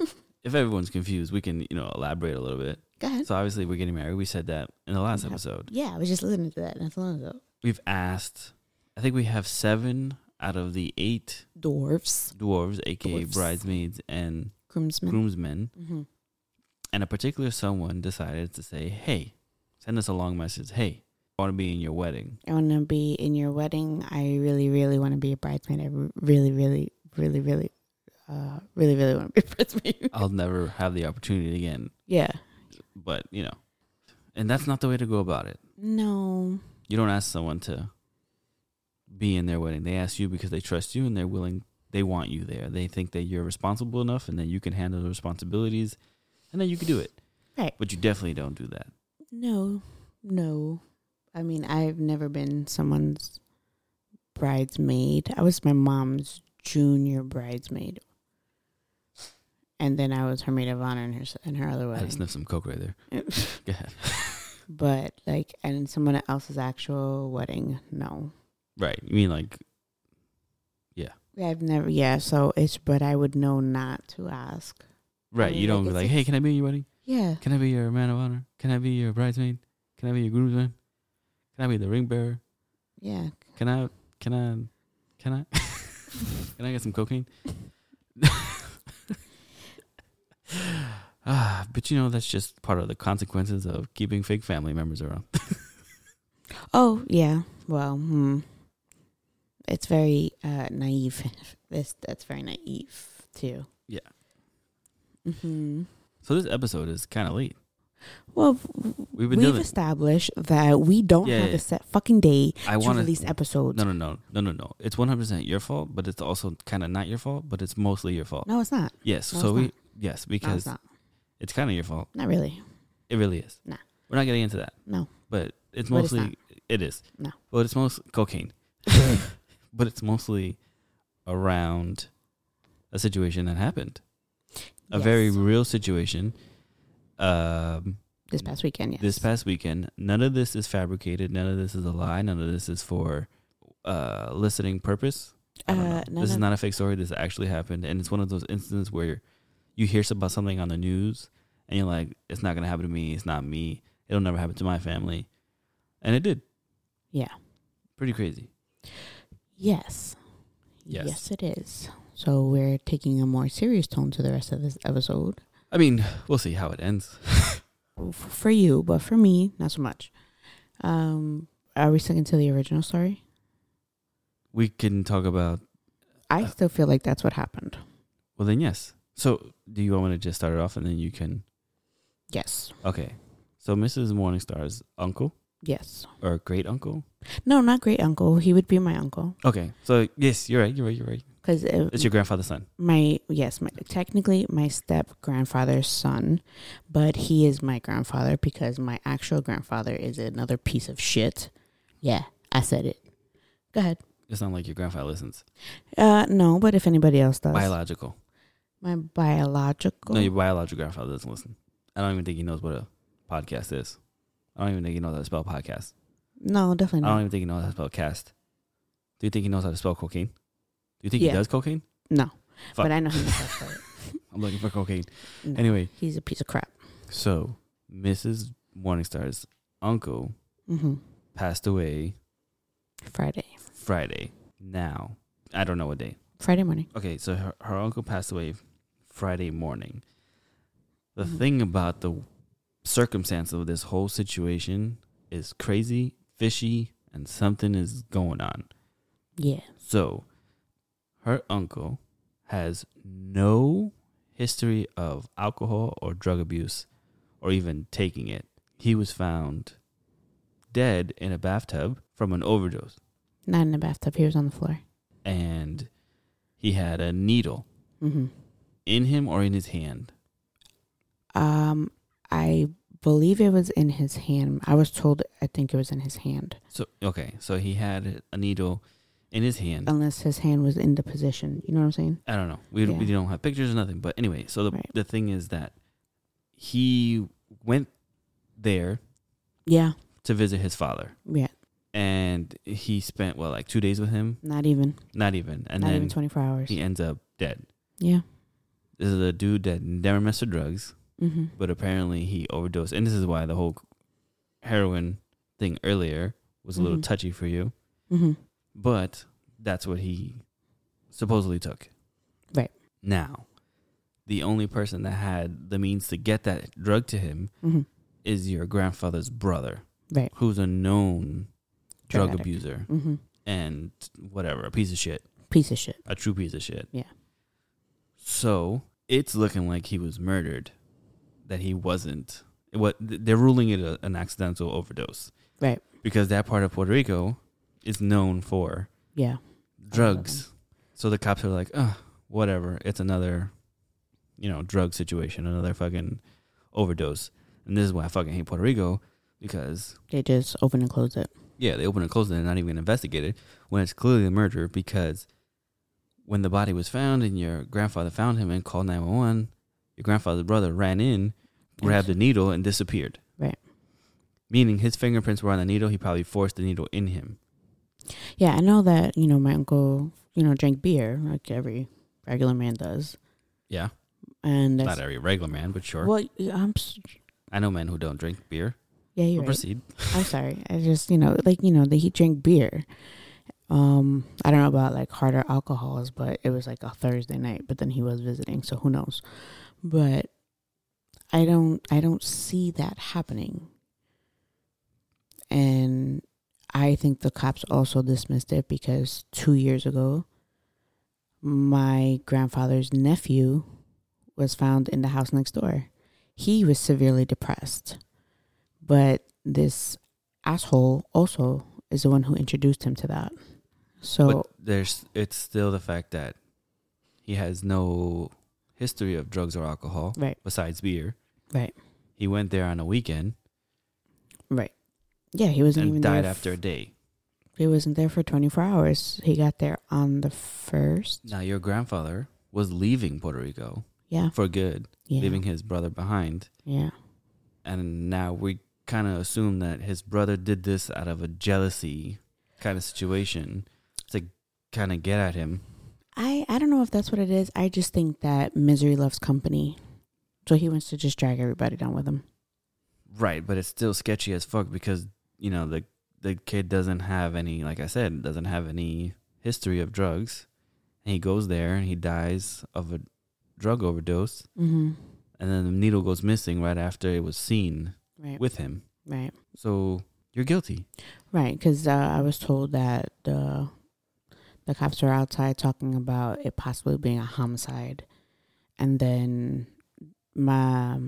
D: Mm,
A: If everyone's confused, we can you know elaborate a little bit.
D: Go ahead.
A: So obviously, we're getting married. We said that in the last
D: Yeah.
A: episode.
D: Yeah, I was just listening to that not so long ago.
A: We've asked. I think we have seven out of the eight
D: Dwarfs,
A: dwarves, aka
D: Dwarfs.
A: bridesmaids and
D: groomsmen.
A: groomsmen,
D: hmm
A: and a particular someone decided to say, "Hey, send us a long message. Hey, I want to be in your wedding."
D: I want to be in your wedding. I really, really want to be a bridesmaid. I r- really, really, really, really, uh, really, really want to be a bridesmaid.
A: I'll never have the opportunity again.
D: yeah.
A: But you know, and that's not the way to go about it.
D: No.
A: You don't ask someone to be in their wedding. They ask you because they trust you and they're willing. They want you there. They think that you're responsible enough and that you can handle the responsibilities, and then you can do it.
D: Right.
A: But you definitely don't do that.
D: No. No. I mean, I've never been someone's bridesmaid. I was my mom's junior bridesmaid. And then I was her maid of honor in her, s- in her other
A: I had to
D: wedding.
A: sniff some coke right there. Go ahead.
D: but, like, and someone else's actual wedding, no.
A: Right. You mean like
D: I've never, yeah. So it's, but I would know not to ask.
A: right?
D: mean,
A: you
D: like,
A: don't be
D: it's-
A: like, hey,
D: it's-
A: can I be in your wedding?
D: Yeah,
A: Can I be your man of honor? Can I be your bridesmaid? Can I be your groomsman? Can I be the ring bearer?
D: yeah.
A: Can I? Can I? Can I? can I get some cocaine? ah, but you know that's just part of the consequences of keeping fake family members around.
D: Oh, yeah. Well, hmm. it's very uh, naive. This that's very naive too.
A: Yeah.
D: Hmm.
A: So this episode is kind of late.
D: Well, w-
A: We've been
D: we've
A: dealing.
D: established that we don't
A: Yeah,
D: have
A: yeah.
D: a set fucking day
A: I
D: to
A: want
D: release episodes.
A: No,
D: No,
A: no, no, no, no, no. It's one hundred percent your fault, but it's also kind of not your fault, but it's mostly your fault.
D: it's not.
A: Yes.
D: No,
A: so
D: it's
A: we
D: not.
A: yes
D: No, it's
A: because
D: not.
A: it's kind of your fault.
D: Not really.
A: It really is.
D: Nah.
A: We're not getting into that.
D: No.
A: But it's
D: But it's
A: mostly it is.
D: No.
A: But it's mostly cocaine. but it's mostly around a situation that happened. A
D: Yes.
A: very real situation. Um
D: this past weekend. Yes.
A: this past weekend. None of this is fabricated, none of this is a lie, none of this is for uh listening purpose. I don't know.
D: Uh, none
A: this is
D: of-
A: not a fake story. This actually happened, and it's one of those instances where you hear about something on the news, and you're like, "It's not gonna happen to me. It's not me. It'll never happen to my family," and it did.
D: Yeah.
A: pretty crazy.
D: Yes.
A: Yes.
D: yes. it is. So we're taking a more serious tone to the rest of this episode.
A: I mean, we'll see how it ends.
D: f- for you, but for me, not so much. Um, are we sticking to the original story?
A: we can talk about.
D: I
A: Uh,
D: still feel like that's what happened.
A: Well, then yes. So, do you want me to just start it off, and then you can?
D: Yes.
A: Okay. So, Mrs. Morningstar's uncle
D: Yes.
A: or great uncle.
D: No, not great uncle. He would be my uncle
A: Okay. So yes, you're right. You're right. You're right.
D: because
A: It's your grandfather's son.
D: my yes, my, technically my step grandfather's son, but he is my grandfather because my actual grandfather is another piece of shit. Yeah, I said it. Go ahead.
A: It's not like your grandfather listens.
D: Uh, no, but if anybody else does,
A: Biological.
D: my biological.
A: No, your biological grandfather doesn't listen. I don't even think he knows what a podcast is. I don't even think he knows how to spell podcast.
D: no,
A: I
D: definitely
A: don't
D: not.
A: even think he knows how to spell cast. Do you think he knows how to spell cocaine? Do you think
D: Yeah.
A: he does cocaine?
D: No,
A: Fuck.
D: but I know he knows how to spell it.
A: I'm looking for cocaine.
D: No.
A: Anyway,
D: He's a piece of crap.
A: so Mrs. Morningstar's uncle
D: hmm
A: passed away
D: Friday,
A: Friday. Now, I don't know what day.
D: Friday morning.
A: Okay, so her, her uncle passed away Friday morning. The
D: Mhm.
A: thing about the circumstance of this whole situation is crazy, fishy, and something is going on.
D: Yeah.
A: So, her uncle has no history of alcohol or drug abuse or even taking it. He was found dead in a bathtub from an overdose
D: Not in the bathtub. He was on the floor.
A: and he had a needle
D: hmm
A: in him or in his hand.
D: Um, I believe it was in his hand. I was told. I think it was in his hand,
A: So okay, so he had a needle in his hand.
D: unless his hand was in the position. You know what I'm saying?
A: I don't know. We, we
D: Yeah.
A: don't have pictures or nothing. But anyway, so the
D: Right.
A: the thing is that he went there
D: Yeah.
A: to visit his father,
D: Yeah.
A: and he spent well like two days with him,
D: Not even.
A: not even, and
D: not
A: then
D: even 24 hours.
A: he ends up dead.
D: Yeah.
A: This is a dude that never messed with drugs,
D: Mm-hmm.
A: but apparently he overdosed, and this is why the whole heroin thing earlier was a little
D: Mhm.
A: touchy for you.
D: Mm-hmm.
A: but that's what he supposedly took.
D: Right.
A: Now, the only person that had the means to get that drug to him
D: Mm-hmm.
A: is your grandfather's brother,
D: Right.
A: who's a known drug,
D: addict.
A: abuser
D: Mm-hmm.
A: and whatever, a piece of shit,
D: Piece of shit.
A: a true piece of shit.
D: Yeah.
A: So it's looking like he was murdered, that he wasn't. What they're ruling it a, an accidental overdose,
D: Right.
A: Because that part of Puerto Rico is known for
D: Yeah.
A: drugs. So the cops are like, oh, whatever. It's another, you know, drug situation, another fucking overdose. And this is why I fucking hate Puerto Rico because,
D: They just open and close it.
A: yeah, they open and close it and they're not even gonna investigate it when it's clearly a murder because when the body was found and your grandfather found him and called 911, your grandfather's brother ran in, grabbed the needle, and disappeared.
D: Right.
A: Meaning his fingerprints were on the needle. He probably forced the needle in him.
D: Yeah, I know that, you know, my uncle, you know, drank beer like every regular man does.
A: Yeah.
D: And that's,
A: Not every regular man, but sure.
D: well, I'm, s-
A: I know men who don't drink beer.
D: yeah, you're
A: But
D: right.
A: proceed.
D: I'm sorry. I just, you know, like, you know, that he drank beer. Um, I don't know about like harder alcohols, but it was like a Thursday night, but then he was visiting, so who knows. But I don't I don't see that happening. And I think the cops also dismissed it because 2 years ago my grandfather's nephew was found in the house next door. He was severely depressed but this asshole also is the one who introduced him to that. So
A: But there's it's still the fact that he has no history of drugs or alcohol
D: Right.
A: besides beer.
D: Right.
A: He went there on a weekend
D: yeah, he wasn't even
A: and died
D: there.
A: after a day.
D: He wasn't there for 24 hours. He got there on the first.
A: Now your grandfather was leaving Puerto Rico
D: Yeah,
A: for good,
D: yeah,
A: leaving his brother behind,
D: yeah,
A: and now we kind of assume that his brother did this out of a jealousy kind of situation to kind of get at him.
D: I I don't know if that's what it is. I just think that misery loves company, so he wants to just drag everybody down with him.
A: Right, but it's still sketchy as fuck because you know the the kid doesn't have any, like I said, doesn't have any history of drugs, and he goes there and he dies of a drug overdose,
D: Mm-hmm.
A: and then the needle goes missing right after it was seen
D: Right,
A: with him.
D: right,
A: So you're guilty.
D: right. Because uh, I was told that the the cops were outside talking about it possibly being a homicide, and then my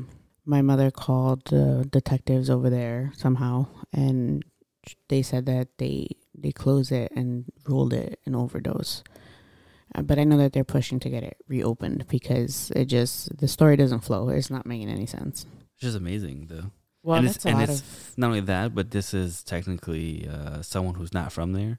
D: my mother called the detectives over there somehow, and they said that they they closed it and ruled it an overdose. Uh, But I know that they're pushing to get it reopened because it just the story doesn't flow. It's not making any sense.
A: It's just amazing though.
D: Well,
A: And it's-
D: that's a
A: and
D: lot
A: it's-
D: of
A: Not only that, but this is technically uh, someone who's not from there,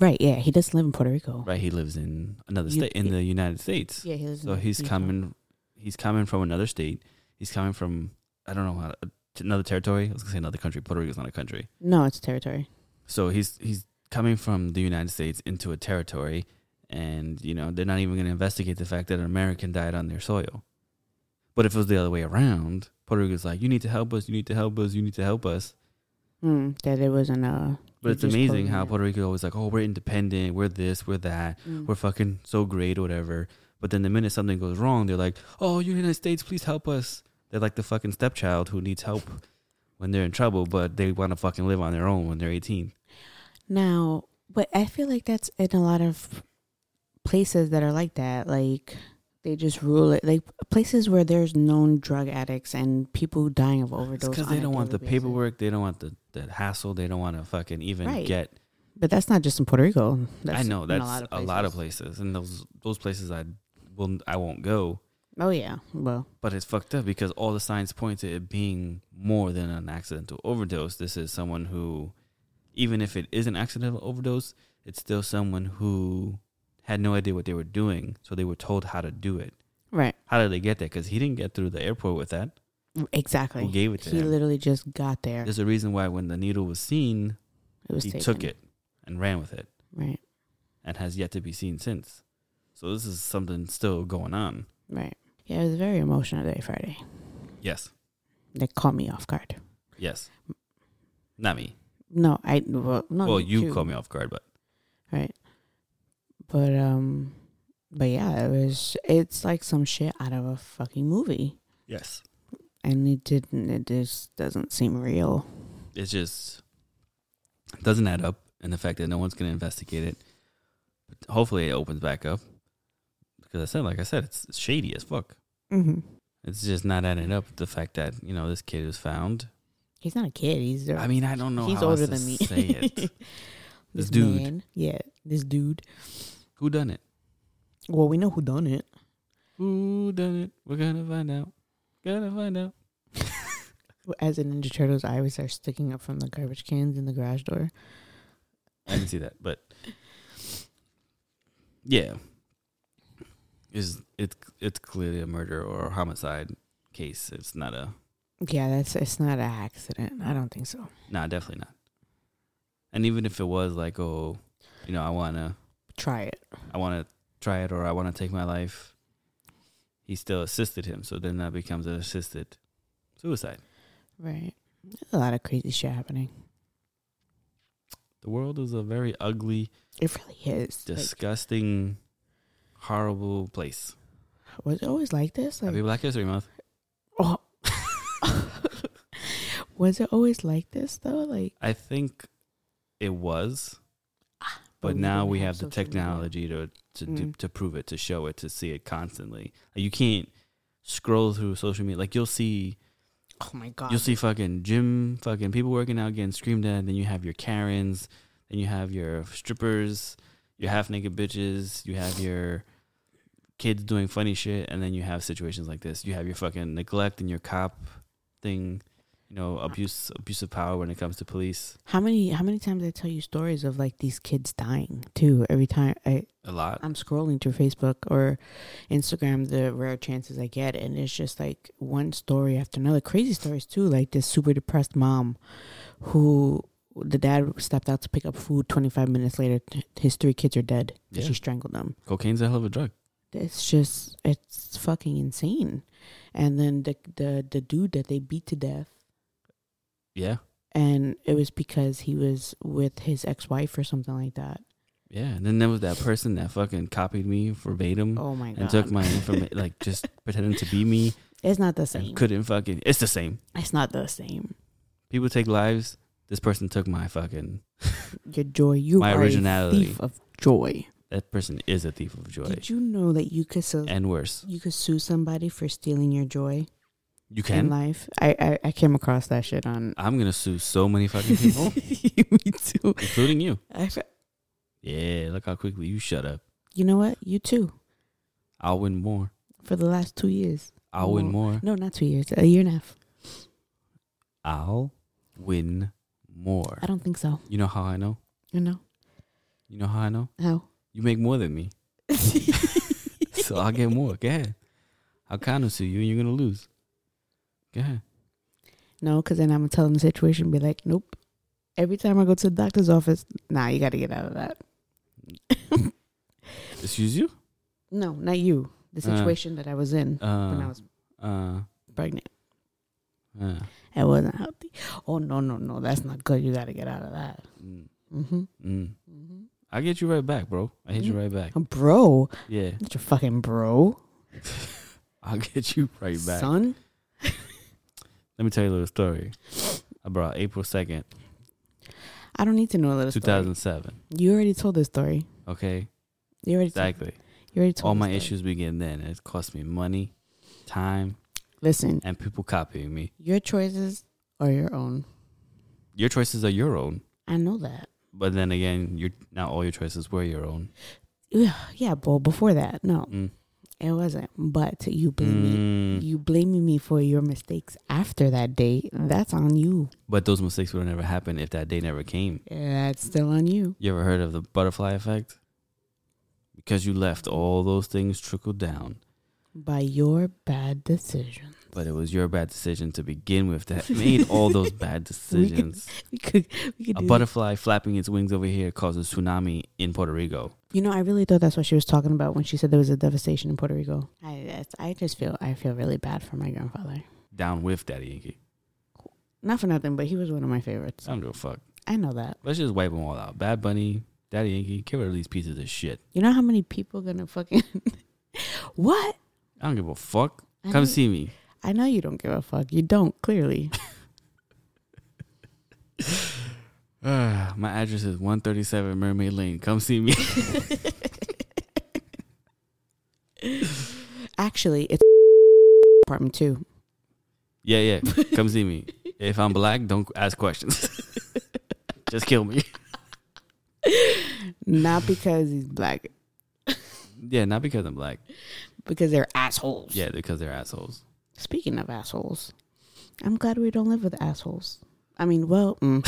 D: Right. Yeah. He doesn't live in Puerto Rico.
A: Right, he lives in another
D: You-
A: state in
D: you-
A: the United States.
D: Yeah. He lives
A: So he's coming. He's coming from another state. He's coming from I don't know how to- another territory. I was gonna say another country. Puerto Rico's not a country.
D: No, it's territory.
A: So he's he's coming from the United States into a territory, and you know they're not even gonna investigate the fact that an American died on their soil. But if it was the other way around, Puerto Rico's like, you need to help us. You need to help us. You need to help us.
D: Hmm. that it wasn't a.
A: But
D: They
A: it's
D: just
A: amazing
D: totally
A: how
D: have-
A: Puerto Rico always like, oh, we're independent. We're this. We're that. we're fucking so great or whatever. But then the minute something goes wrong, they're like, oh, United States, please help us. They're like the fucking stepchild who needs help when they're in trouble, but they want to fucking live on their own when they're 18.
D: Now, but I feel like that's in a lot of places that are like that. Like they just rule it. Like places where there's known drug addicts and people dying of overdose.
A: because
D: on
A: they
D: a
A: don't want the
D: daily basis.
A: paperwork, they don't want the, the hassle, they don't want to fucking even
D: Right.
A: get.
D: But that's not just in Puerto Rico. That's
A: I know
D: in
A: that's a lot, of places, and those those places I will I won't go.
D: Oh yeah. Well,
A: But it's fucked up because all the signs point to it being more than an accidental overdose. This is someone who, even if it is an accidental overdose, it's still someone who had no idea what they were doing. So they were told how to do it.
D: right.
A: How did they get there? Because he didn't get through the airport with that.
D: Exactly.
A: Who gave it to
D: he
A: him?
D: literally just got there.
A: There's a reason why when the needle was seen,
D: it was
A: he
D: taken.
A: took it and ran with it
D: Right.
A: and has yet to be seen since. So this is something still going on.
D: Right. Yeah, it was a very emotional day Friday.
A: Yes.
D: That caught me off guard.
A: Yes. Not me.
D: No, I well, no.
A: well, you
D: too.
A: caught me off guard, but
D: Right. But um but yeah, it was it's like some shit out of a fucking movie.
A: yes.
D: And it didn't it just doesn't seem real.
A: it's just it doesn't add up and the fact that no one's going to investigate it but hopefully it opens back up because i said like i said it's it's shady as fuck
D: Mm-hmm.
A: it's just not adding up the fact that you know this kid was found
D: He's not a kid, he's a-
A: i mean i don't know
D: he's
A: how
D: older
A: else to
D: than me.
A: say it
D: this
A: dude.
D: man. Yeah, this dude.
A: who done it
D: Well, we know who done it.
A: who done it we're gonna find out gonna find out
D: As in Ninja Turtles, eyes are sticking up from the garbage cans in the garage door.
A: i didn't see that but yeah is it's it's clearly a murder or a homicide case it's not a
D: Yeah, that's it's not an accident. I don't think so.
A: Nah, definitely not. And even if it was like, oh, you know, I wanna,
D: Try it.
A: I wanna try it, or I wanna take my life, he still assisted him. So then that becomes an assisted suicide.
D: Right. There's a lot of crazy shit happening.
A: The world is a very ugly,
D: It really is. Like,
A: disgusting, horrible place.
D: was it always like this? Like,
A: Happy Black History Month.
D: Oh. was it always like this though? Like,
A: I think it was,
D: Ah,
A: but
D: we
A: now
D: didn't
A: we have the
D: social media.
A: technology to to do,
D: Mm.
A: to prove it, to show it, to see it constantly. Like, you can't scroll through social media like you'll see
D: Oh my god!
A: You'll see fucking gym, fucking people working out getting screamed at. Then you have your Karens, then you have your strippers, your half naked bitches, you have your kids doing funny shit, and then you have situations like this. You have your fucking neglect and your cop thing, you know, abuse, abuse of power when it comes to police.
D: how many how many times I tell you stories of like these kids dying too? Every time I
A: A lot.
D: I'm scrolling through Facebook or Instagram, the rare chances I get, and it's just like one story after another. Crazy stories too, like this super depressed mom who the dad stepped out to pick up food. Twenty five minutes later, t- his three kids are dead 'cause
A: Yeah.
D: she strangled them.
A: Cocaine's a hell of a drug.
D: it's just it's fucking insane and then the the the dude that they beat to death
A: Yeah.
D: and it was because he was with his ex-wife or something like that
A: Yeah. And then there was that person that fucking copied me verbatim.
D: oh my god
A: Mm. And took my information, like just pretending to be me,
D: it's not the same
A: and couldn't fucking. It's the same.
D: it's not the same
A: people take lives. This person took my fucking.
D: your joy you
A: My
D: are
A: originality.
D: a thief of joy.
A: That person is a thief of joy,
D: did you know that you could sue,
A: and worse.
D: you could sue somebody for stealing your joy
A: You can.
D: in life I, I i came across that shit on
A: I'm gonna sue so many fucking people,
D: me too
A: including you.
D: I, fe-
A: Yeah, look how quickly you shut up.
D: you know what you too
A: I'll win more.
D: for the last two years
A: I'll win
D: Oh.
A: more.
D: no not two years a year and a half
A: I'll win more.
D: i don't think so
A: You know how I know?
D: you know
A: You know how I know?
D: How?
A: You make more than me, so I'll get more. Go ahead. I'll counter sue you, and you're gonna lose. Go ahead.
D: No, because then I'm gonna tell them the situation and be like, nope. Every time I go to the doctor's office, nah, you gotta get out of that.
A: Excuse you.
D: No, not you. The
A: Uh,
D: situation that I was in when I
A: Uh,
D: was
A: uh,
D: pregnant,
A: uh,
D: I wasn't healthy. Oh no, no, no, that's not good. You gotta get out of that.
A: mm,
D: Mm-hmm.
A: mm.
D: mm-hmm.
A: I get you right back, bro. I hit you right back.
D: Bro,
A: Yeah,
D: not your fucking bro,
A: I'll get you right back.
D: son.
A: Let me tell you a little story about April second,
D: I don't need to know a little
A: two
D: story.
A: thousand seven.
D: You already told this story.
A: Okay,
D: You already told-
A: exactly.
D: You already told
A: All
D: this
A: my
D: story.
A: issues begin then. It cost me money, time,
D: Listen,
A: and people copying me.
D: your choices are your own.
A: Your choices are your own,
D: I know that.
A: but then again, you're not all your choices were your own.
D: Yeah, but before that, no,
A: Mm.
D: it wasn't. But you blame me
A: Mm.
D: you blaming me for your mistakes after that day, that's on you.
A: But those mistakes would have never happened if that day never came.
D: That's still on you.
A: You ever heard of the butterfly effect? Because you left, all those things trickled down.
D: By your bad decision.
A: But it was your bad decision to begin with that made all those bad
D: We could-
A: decisions.
D: We could we could
A: A
D: do that.
A: butterfly flapping its wings over here causes tsunami in Puerto Rico.
D: You know, I really thought that's what she was talking about when she said there was a devastation in Puerto Rico. I that's- I just feel I feel really bad for my grandfather.
A: Down with Daddy Yankee.
D: Not for nothing, but he was one of my favorites.
A: I don't give a fuck.
D: I know that.
A: Let's just wipe them all out. Bad Bunny, Daddy Yankee, get rid of these pieces of shit.
D: You know how many people gonna fucking What?
A: I don't give a fuck.
D: I
A: Come
D: know-
A: see me.
D: I know you don't give a fuck. You don't, clearly.
A: Uh, my address is 137 Mermaid Lane. Come see me.
D: Actually, it's apartment two.
A: yeah, yeah. Come see me. If I'm black, don't ask questions. Just kill me.
D: Not because he's black.
A: Yeah, not because I'm black.
D: because they're assholes.
A: Yeah, because they're assholes.
D: Speaking of assholes, I'm glad we don't live with assholes. I mean, well, mm.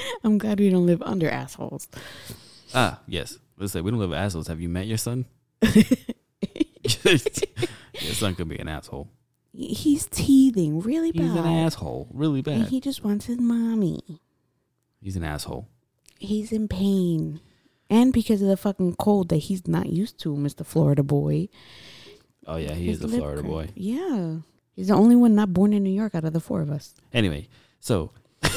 D: I'm glad we don't live under assholes.
A: Ah, yes. Let's say we don't live with assholes. Have you met your son? your son could be an asshole.
D: He's teething really
A: He's
D: bad.
A: an asshole. Really
D: And
A: bad.
D: he just wants his mommy.
A: He's an asshole.
D: He's in pain. And because of the fucking cold that he's not used to, Mr. Florida boy.
A: Oh, yeah. He is
D: His
A: a
D: lip
A: Florida
D: crack-
A: boy.
D: Yeah. He's the only one not born in New York out of the four of us.
A: Anyway, so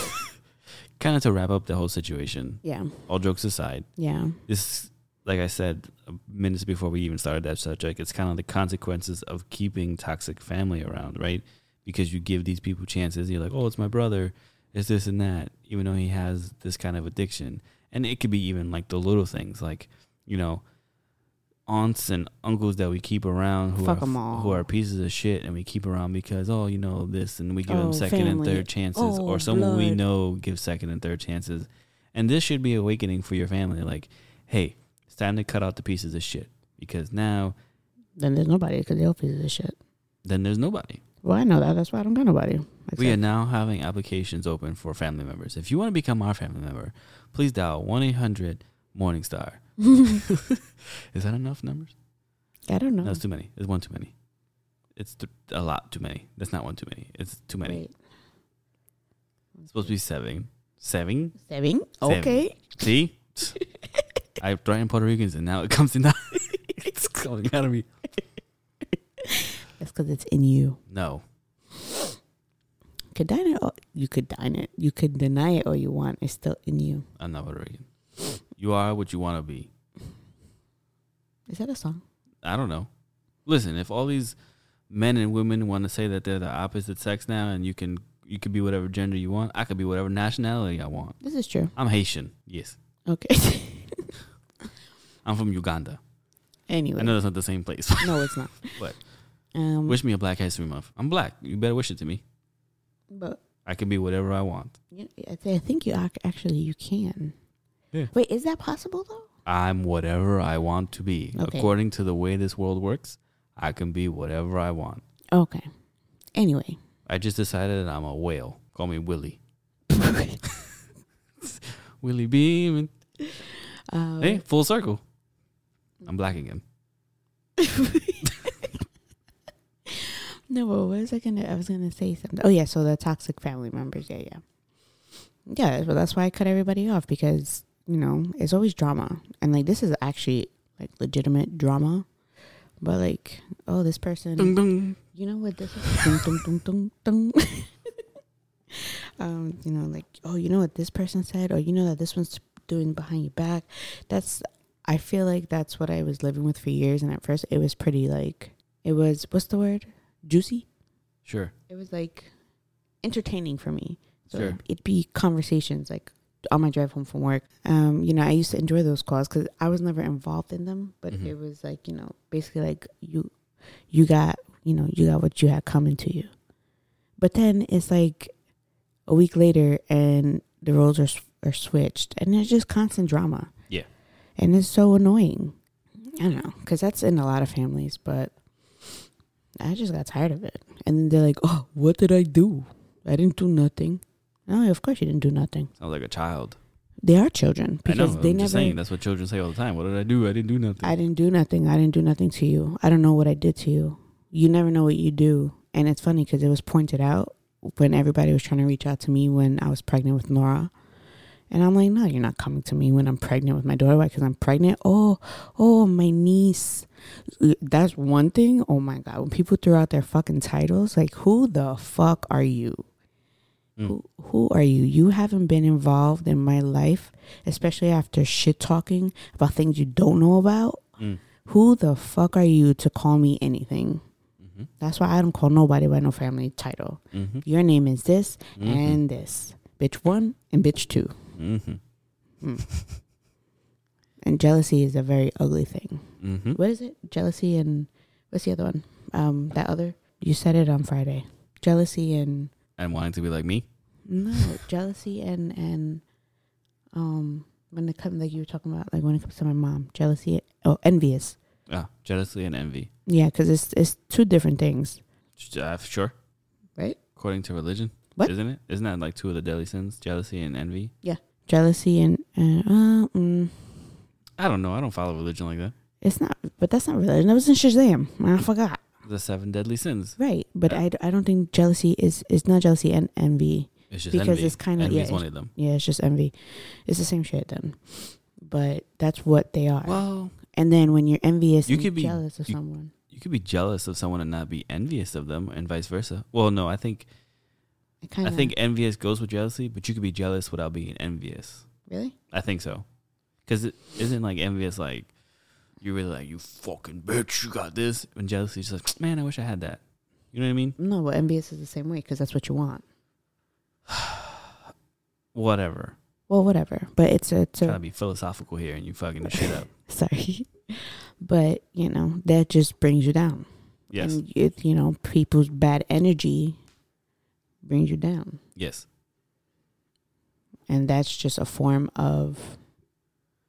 A: kind of to wrap up the whole situation,
D: Yeah.
A: all jokes aside,
D: Yeah.
A: this, like I said minutes before we even started that subject, it's kind of the consequences of keeping toxic family around, right? Because you give these people chances. You're like, oh, it's my brother. It's this and that, even though he has this kind of addiction. And it could be even like the little things, like, you know, aunts and uncles that we keep around who
D: Fuck
A: are
D: 'em all.
A: who are pieces of shit and we keep around because oh you know this and we give
D: Oh,
A: them second
D: family.
A: and third chances
D: Oh,
A: or someone we
D: blood.
A: know give second and third chances and this should be awakening for your family like hey it's time to cut out the pieces of shit because now
D: Then there's nobody because they all pieces of shit.
A: then there's nobody
D: Well, I know that. That's why I don't got nobody.
A: we are now having applications open for family members if you want to become our family member please dial 1-800 morningstar is that enough numbers
D: I don't know.
A: no it's too many it's one too many it's th- a lot too many that's not one too many it's too many
D: Wait.
A: It's supposed to be seven. Seven?
D: Seven.
A: Seven.
D: Okay.
A: See? I threatened Puerto Ricans and now it comes to nine. it's coming out of me.
D: That's because it's in you.
A: No.
D: Could dine it. Or, you could dine it. You could deny it all you want. It's still in you.
A: I'm not Puerto Rican. You are what you want to be.
D: Is that a song?
A: I don't know. Listen, if all these men and women want to say that they're the opposite sex now and you can you could be whatever gender you want, I could be whatever nationality I want.
D: This is true.
A: I'm Haitian. Yes.
D: Okay.
A: I'm from Uganda.
D: anyway.
A: I know that's not the same place.
D: No, it's not.
A: What?
D: Um,
A: wish me a Black History Month. I'm black. You better wish it to me.
D: but
A: I can be whatever I want.
D: you I thi- I think you ac- actually you can.
A: Yeah.
D: Wait, is that possible though?
A: I'm whatever I want to be.
D: Okay.
A: According to the way this world works, I can be whatever I want.
D: Okay. Anyway.
A: I just decided that I'm a whale. Call me Willie. Willie Beeman.
D: Uh,
A: Hey, full circle. I'm black again.
D: No, but what was I gonna? I was gonna say something. Oh yeah, so the toxic family members. Yeah, yeah, yeah. Well, that's why I cut everybody off because you know it's always drama, and like this is actually like legitimate drama. But like, oh, this person.
A: Dung, dung.
D: You know what this? Dun, dun, dun, dun, dun. um, you know, like, oh, you know what this person said, or you know that this one's doing behind your back. That's. I feel like that's what I was living with for years, and at first it was pretty like it was what's the word juicy
A: Sure.
D: it was like entertaining for me. So
A: Sure.
D: it'd- it'd be conversations like on my drive home from work. Um, you know, I used to enjoy those calls because I was never involved in them, but
A: Mhm.
D: it was like you know, basically like you, you got you know you got what you had coming to you. But then it's like a week later, and the roles are s- are switched, and it's just constant drama.
A: Yeah.
D: and it's so annoying. I don't know because that's in a lot of families, but I just got tired of it. And then they're like, "Oh, what did I do? I didn't do nothing." No, of course you didn't do nothing.
A: Sounds like a child.
D: They are children
A: I know.
D: because
A: I'm
D: they
A: just
D: never.
A: saying that's what children say all the time. What did I do? I didn't do nothing.
D: I didn't do nothing. I didn't do nothing to you. I don't know what I did to you. You never know what you do. And it's funny because it was pointed out when everybody was trying to reach out to me when I was pregnant with Nora. And I'm like, no, you're not coming to me when I'm pregnant with my daughter. Why? Because I'm pregnant. Oh, oh, my niece. That's one thing. Oh my God. When people throw out their fucking titles, like, who the fuck are you? Who, who are you? You haven't been involved in my life, especially after shit talking about things you don't know about. Who the fuck are you to call me anything? That's why I don't call nobody by no family title.
A: Mm-hmm.
D: Your name is this and this. Bitch one and bitch 2
A: Mm-hmm.
D: Mm. and jealousy is a very ugly thing.
A: Mm-hmm.
D: What is it? Jealousy and what's the other one? Um, that other? You said it on Friday. Jealousy and
A: And wanting to be like me.
D: no, jealousy and and um when it comes like you were talking about like when it comes to my mom, jealousy oh envious.
A: Ah, jealousy and envy.
D: Yeah, because it's it's two different things,
A: Uh, sure.
D: right?
A: According to religion.
D: What?
A: Isn't it? Isn't that like two of the deadly sins? Jealousy and envy?
D: Jealousy and and uh, mm,
A: I don't know. I don't follow religion like that.
D: it's not, but that's not religion. That was in Shazam. I forgot.
A: The seven deadly sins.
D: Right, but I, I don't think jealousy is it's not jealousy and envy.
A: It's just
D: Because
A: envy.
D: it's kinda-
A: envy
D: yeah,
A: is
D: it's-
A: one of them.
D: Yeah, it's just envy. It's the same shit then, but that's what they are.
A: Well,
D: and then when you're envious,
A: You
D: and
A: could be-
D: jealous of
A: you-
D: someone.
A: you could be jealous of someone and not be envious of them, and vice versa. Well, no, I think
D: It
A: I
D: kinda,
A: think envious goes with jealousy, but you could be jealous without being envious.
D: really.
A: I think so, because it isn't like envious like you're really like you fucking bitch, you got this, and jealousy is like man, I wish I had that. You know what I mean?
D: No, but envious is the same way because that's what you want.
A: Whatever.
D: Well, whatever. But it's a, it's
A: Trying to
D: a
A: be philosophical here, and you fucking the shit up.
D: sorry, but you know that just brings you down.
A: Yes,
D: and it, you know people's bad energy brings you down,
A: yes.
D: and that's just a form of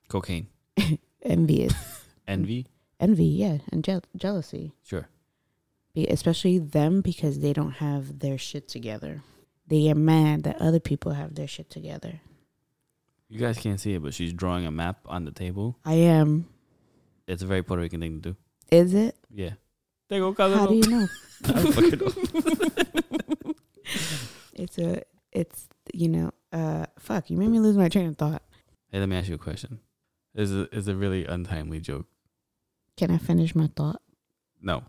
A: Cocaine,
D: envious
A: envy.
D: envy, yeah, and je- jealousy.
A: Sure.
D: Be- especially them because they don't have their shit together. They get mad that other people have their shit together.
A: You guys can't see it, but she's drawing a map on the table.
D: I am.
A: It's a very Puerto Rican thing to do.
D: Is it?
A: Yeah. Tengo
D: How do
A: calor.
D: you know?
A: I fucking know.
D: It's a. It's you know. Uh, fuck. You made me lose my train of thought.
A: Hey, let me ask you a question. Is a, is a really untimely joke?
D: Can I finish my thought?
A: No,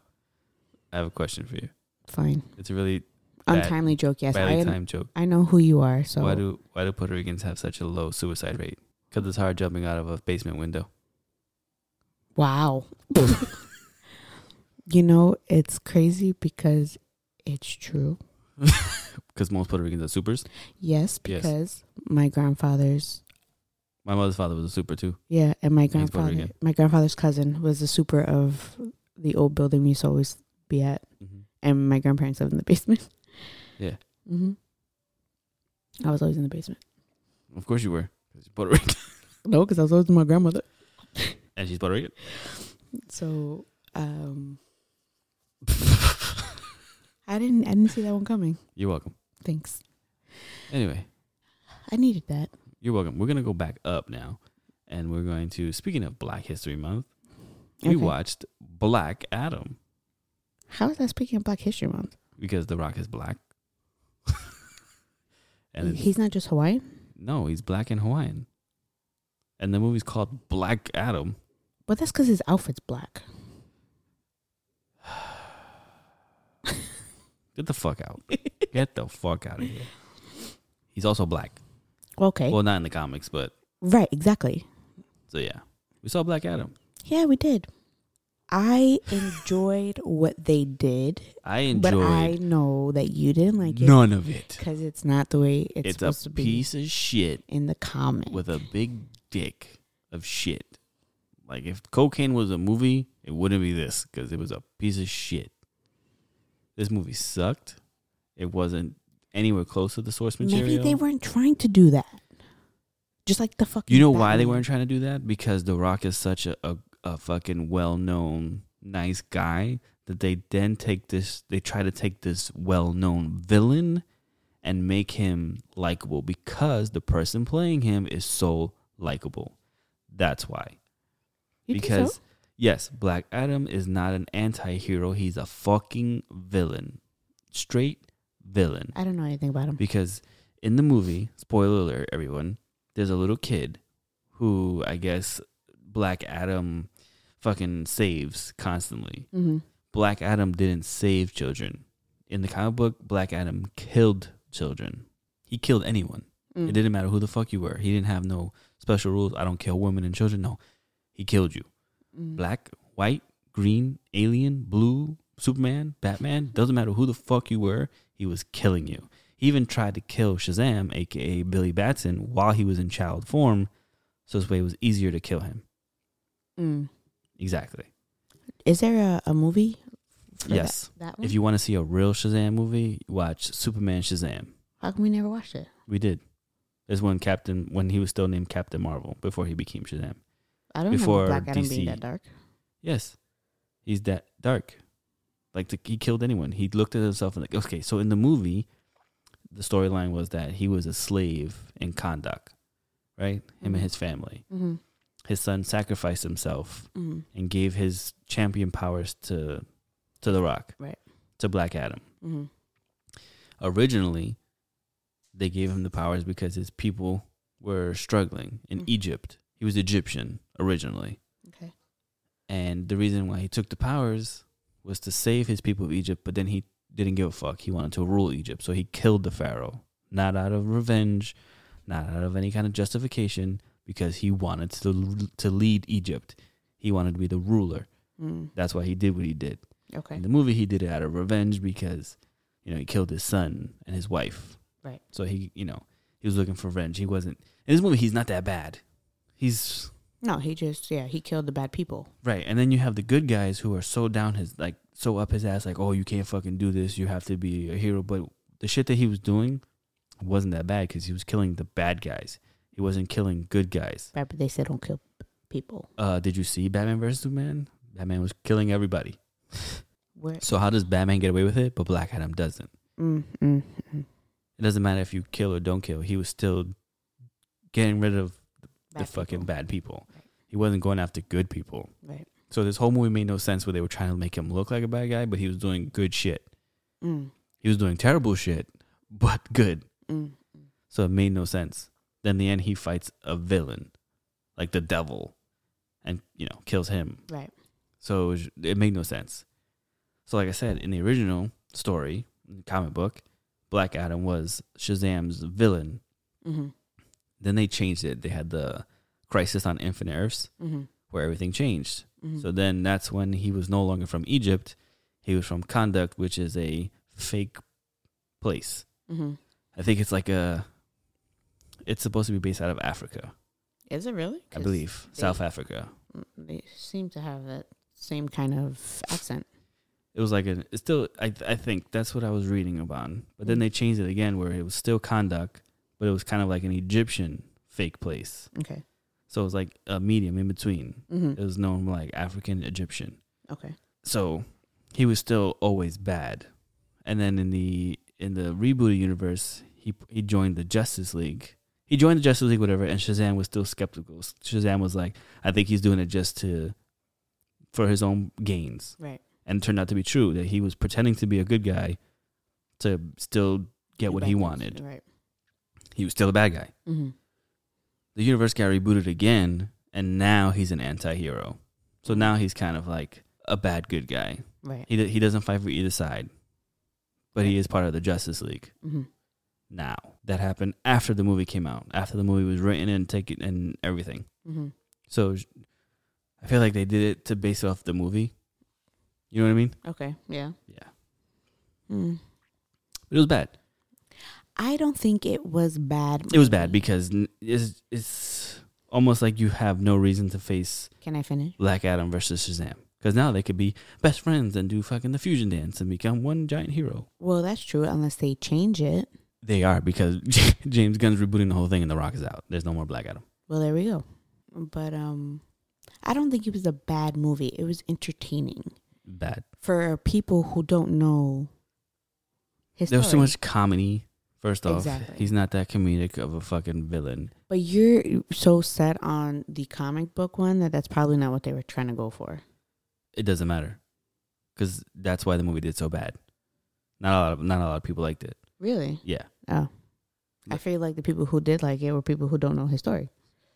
A: I have a question for you.
D: Fine.
A: It's a really Bad-
D: Untimely joke. Yes,
A: badly
D: I
A: timed joke.
D: I know who you are. So
A: Why do why do Puerto Ricans have such a low suicide rate? Because it's hard jumping out of a basement window.
D: wow. you know it's crazy because it's true.
A: Because most Puerto Ricans are supers.
D: Yes,
A: Yes.
D: because my grandfather's
A: My mother's father was a super too.
D: yeah, and my
A: Puerto
D: grandfather,
A: Rican.
D: my grandfather's cousin was the super of the old building we used to always be at, and my grandparents lived in the basement.
A: Yeah.
D: hmm I was always in the basement.
A: Of course you were. 'cause you're Puerto Rican,
D: No, because I was always with my grandmother.
A: and she's Puerto Rican.
D: So um, I didn't I didn't see that one coming.
A: You're welcome.
D: Thanks.
A: Anyway,
D: I needed that.
A: you're welcome. We're gonna go back up now, and we're going to speaking of Black History Month,
D: Okay.
A: we watched Black Adam
D: How is that speaking of Black History Month?
A: because The Rock is black. and it's-
D: He's not just Hawaiian,
A: no, he's black and Hawaiian. And the movie's called Black Adam.
D: but that's because his outfit's black.
A: Get the fuck out. Get the fuck out of here. He's also black.
D: Okay.
A: Well, not in the comics, but
D: right, exactly.
A: so yeah. We saw Black Adam.
D: Yeah, we did. I enjoyed what they did,
A: I
D: but I
A: enjoyed
D: know that you didn't like it
A: none of it.
D: because it's not the way it's,
A: It's,
D: supposed
A: a
D: to be
A: piece of shit
D: in the comic.
A: with a big dick of shit. Like if cocaine was a movie, it wouldn't be this because it was a piece of shit. This movie sucked. It wasn't anywhere close to the source material.
D: Maybe they weren't trying to do that. Just like the fucking.
A: You know why they
D: Batman.
A: weren't trying to do that? Because The Rock is such a, a, a fucking well known, nice guy that they then take this, they try to take this well known villain and make him likable because the person playing him is so likable. That's why.
D: You think so?
A: because, yes, Black Adam is not an anti hero, he's a fucking villain. Straight villain.
D: I don't know anything about him.
A: Because in the movie, spoiler alert, everyone, there's a little kid who I guess Black Adam fucking saves constantly.
D: hmm
A: Black Adam didn't save children. In the comic book, Black Adam killed children. He killed anyone.
D: Mm.
A: It didn't matter who the fuck you were. He didn't have no special rules. I don't kill women and children. No, he killed you.
D: Mm.
A: Black, white, green, alien, blue, Superman, Batman, doesn't matter who the fuck you were, he was killing you. He even tried to kill Shazam, aka Billy Batson, while he was in child form, so this way it was easier to kill him.
D: Mm.
A: Exactly.
D: Is there a, a movie? for that-
A: yes.
D: That, one.
A: If you want to see a real Shazam movie, watch Superman Shazam.
D: How come we never watched it?
A: We did. There's when Captain when he was still named Captain Marvel before he became Shazam.
D: I don't
A: Before
D: remember Black Adam being
A: DC.
D: that dark.
A: Yes, he's that dark. Like the, he killed anyone. He looked at himself and like, okay. So in the movie, the storyline was that he was a slave in Kandak, right? Him and his family.
D: Mm-hmm.
A: His son sacrificed himself
D: Mm-hmm.
A: and gave his champion powers to to the Rock,
D: Right.
A: To Black Adam.
D: Mm-hmm.
A: originally they gave him the powers because his people were struggling in
D: Mhm.
A: Egypt. He was Egyptian originally.
D: Okay.
A: And the reason why he took the powers was to save his people of Egypt, but then he didn't give a fuck. He wanted to rule Egypt. So he killed the Pharaoh, not out of revenge, not out of any kind of justification, because he wanted to, to lead Egypt. He wanted to be the ruler.
D: Mm.
A: That's why he did what he did.
D: Okay.
A: In the movie, he did it out of revenge because, you know, he killed his son and his wife.
D: Right.
A: So he, you know, he was looking for revenge. He wasn't in this movie. He's not that bad. He's
D: No, he just yeah he killed the bad people.
A: right. And then you have the good guys who are so down his like so up his ass like oh you can't fucking do this. You have to be a hero. But the shit that he was doing wasn't that bad because he was killing the bad guys. He wasn't killing good guys.
D: Right, but they said don't kill p- people.
A: Uh, did you see Batman versus Superman? Batman was killing everybody.
D: Where?
A: So how does Batman get away with it, but Black Adam doesn't?
D: Mm, mm, mm.
A: It doesn't matter if you kill or don't kill. He was still getting rid of the
D: Bad
A: fucking
D: people.
A: bad people.
D: Right.
A: He wasn't going after good people.
D: Right.
A: So this whole movie made no sense where they were trying to make him look like a bad guy, but he was doing good shit.
D: Mm,
A: He was doing terrible shit, but good.
D: mm.
A: So it made no sense. Then in the end, he fights a villain, like the devil, and you know kills him.
D: Right.
A: So it, was, it made no sense. So like I said, in the original story, comic book, Black Adam was Shazam's villain.
D: Mm-hmm.
A: Then they changed it. They had the Crisis on Infinite Earths,
D: Mm-hmm.
A: where everything changed.
D: Mm-hmm.
A: So then that's when he was no longer from Egypt. He was from Conduct, which is a fake place.
D: mm-hmm.
A: I think it's like a. It's supposed to be based out of Africa,
D: Is it really?
A: I
D: 'Cause
A: believe.
D: they-
A: South Africa.
D: mm, They seem to have that same kind of accent.
A: It was like an. It's still. I I think that's what I was reading about. But
D: Mm.
A: then they changed it again, where it was still Conduct, but it was kind of like an Egyptian fake place.
D: Okay.
A: So it was like a medium in between. It
D: Mm-hmm.
A: was known like African Egyptian.
D: Okay.
A: so he was still always bad and then in the in the rebooted universe he he joined the justice league he He joined the Justice League, whatever, and Shazam was still skeptical. Shazam was like, I think he's doing it just to for his own gains.
D: Right.
A: And it turned out to be true that he was pretending to be a good guy to still get what he wanted.
D: Right.
A: He was still a bad guy.
D: Mm-hmm.
A: The universe got rebooted again, and now he's an anti hero. So now he's kind of like a bad good guy.
D: Right.
A: He, do- he doesn't fight for either side, but he is part of the Justice League.
D: Mm-hmm.
A: now. That happened after the movie came out, after the movie was written and taken and everything.
D: Mm-hmm.
A: So j- I feel like they did it to base it off the movie. You know what I mean?
D: Okay. Yeah.
A: Yeah.
D: Mm.
A: It was bad.
D: I don't think it was bad.
A: It was bad
D: movie.
A: because n- it's, it's almost like you have no reason to face
D: Can I finish?
A: Black Adam versus Shazam. Because now they could be best friends and do fucking the fusion dance and become one giant hero.
D: Well, that's true, unless they change it.
A: They are because James Gunn's rebooting the whole thing and The Rock is out. There's no more Black Adam.
D: Well, there we go. But um, I don't think it was a bad movie. It was entertaining
A: Bad.
D: for people who don't know. His
A: There was so
D: story.
A: much comedy. First off,
D: Exactly.
A: he's not that comedic of a fucking villain.
D: But you're so set on the comic book one that that's probably not what they were trying to go for.
A: It doesn't matter, because that's why the movie did so bad. Not a lot of not a lot of people liked it.
D: Really?
A: Yeah,
D: Oh. I feel like the people who did like it were people who don't know his story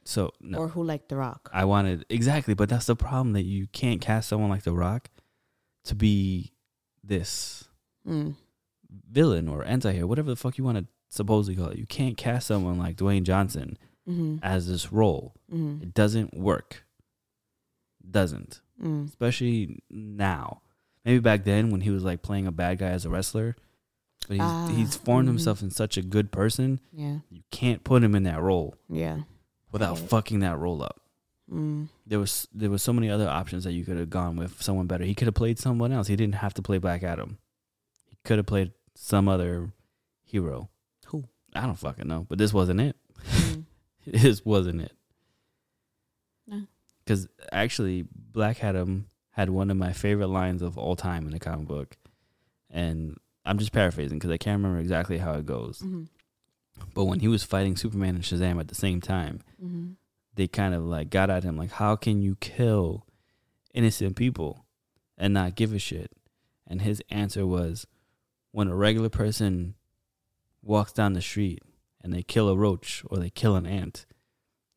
A: so no,
D: or who liked The Rock.
A: I wanted exactly, but that's the problem that you can't cast someone like The Rock to be this
D: Mm.
A: villain or anti-hero, whatever the fuck you want to supposedly call it. You can't cast someone like Dwayne Johnson
D: Mm-hmm.
A: as this role.
D: Mm-hmm.
A: It doesn't work. Doesn't.
D: Mm.
A: especially now. Maybe back then when he was like playing a bad guy as a wrestler, but he's,
D: Ah,
A: he's formed
D: mhm.
A: himself in such a good person.
D: Yeah.
A: You can't put him in that role
D: Yeah.
A: without
D: Right.
A: fucking that role up.
D: Mm.
A: There was there was so many other options that you could have gone with someone better. He could have played someone else. He didn't have to play Black Adam. He could have played some other hero.
D: Who?
A: I don't fucking know. But this wasn't it.
D: Mm.
A: this wasn't it.
D: No.
A: Because actually, Black Adam had one of my favorite lines of all time in the comic book. And I'm just paraphrasing because I can't remember exactly how it goes.
D: Mhm.
A: But when he was fighting Superman and Shazam at the same time,
D: Mhm.
A: they kind of like got at him, like, how can you kill innocent people and not give a shit? And his answer was, when a regular person walks down the street and they kill a roach or they kill an ant,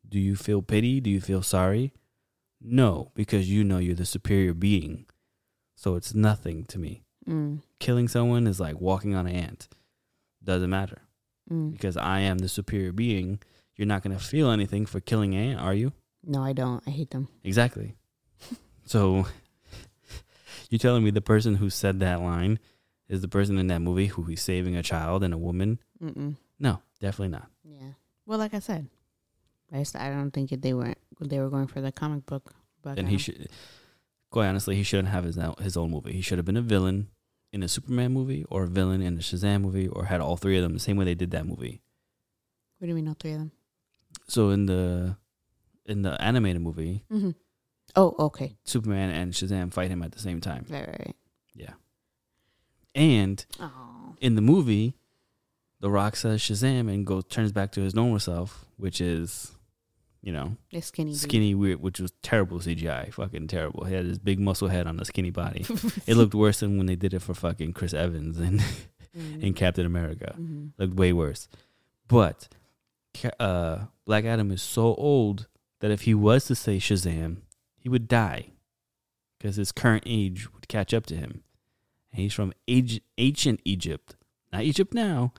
A: do you feel pity? Do you feel sorry? No, because you know you're the superior being. So it's nothing to me.
D: Mm.
A: Killing someone is like walking on an ant. Doesn't matter
D: Mm.
A: because I am the superior being. You're not going to feel anything for killing an ant, are you?
D: No, I don't. I hate them.
A: Exactly. So you're telling me the person who said that line is the person in that movie who is saving a child and a woman?
D: Mm-mm.
A: No, definitely not.
D: Yeah. Well, like I said, I, just, I don't think that they weren't they were going for the comic book. But um,
A: And he should quite honestly, he shouldn't have his now his own movie. He should have been a villain in a Superman movie or a villain in a Shazam movie or had all three of them the same way they did that movie.
D: What do you mean, all three of them?
A: So in the in the animated movie,
D: Mm-hmm. Oh, okay.
A: Superman and Shazam fight him at the same time.
D: Right, right, right.
A: And
D: Oh.
A: in the movie, The Rock says Shazam and goes turns back to his normal self, which is, you know,
D: The skinny. dude.
A: skinny weird, which was terrible CGI, fucking terrible. He had his big muscle head on a skinny body. it looked worse than when they did it for fucking Chris Evans and
D: Mm.
A: in Captain America.
D: Mhm.
A: Looked way worse. But Ca- uh, Black Adam is so old that if he was to say Shazam, he would die because his current age would catch up to him. And he's from age, ancient Egypt, not Egypt now,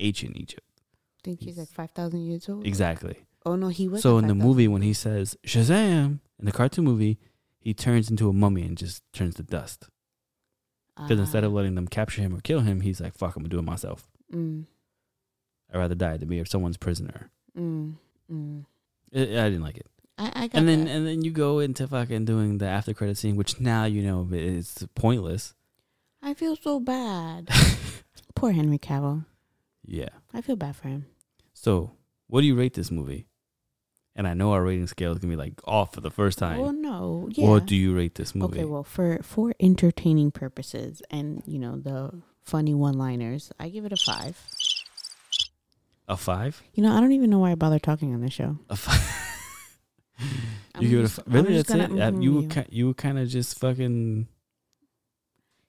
A: ancient Egypt.
D: think he's like
A: He's-
D: five thousand years old.
A: Exactly.
D: Oh no, he was.
A: So
D: at
A: in the
D: 5,000.
A: movie, when he says Shazam in the cartoon movie, he turns into a mummy and just turns to dust. Because instead of
D: Ah.
A: letting them capture him or kill him, he's like, fuck, I'm going to do it myself.
D: Mm,
A: I'd rather die than be someone's prisoner.
D: mm, mm.
A: I I didn't like it.
D: I, I got
A: and then
D: that.
A: and then you go into fucking doing the after credit scene, which now you know is pointless. uh,
D: I feel so bad. Poor Henry Cavill.
A: yeah.
D: I feel bad for him.
A: So what do you rate this movie? And I know our rating scale is gonna be like off for the first time.
D: Well, no, yeah.
A: What do you rate this movie?
D: Okay, well, for for entertaining purposes and you know the funny one-liners, I give it a five.
A: A five?
D: You know, I don't even know why I bother talking on this show.
A: A five?
D: I'm
A: you give it a
D: just-
A: five?
D: I'm
A: Really?
D: just
A: That's it?
D: gonna
A: Uh,
D: mhm
A: You
D: you.
A: were ki- you were kind of just fucking.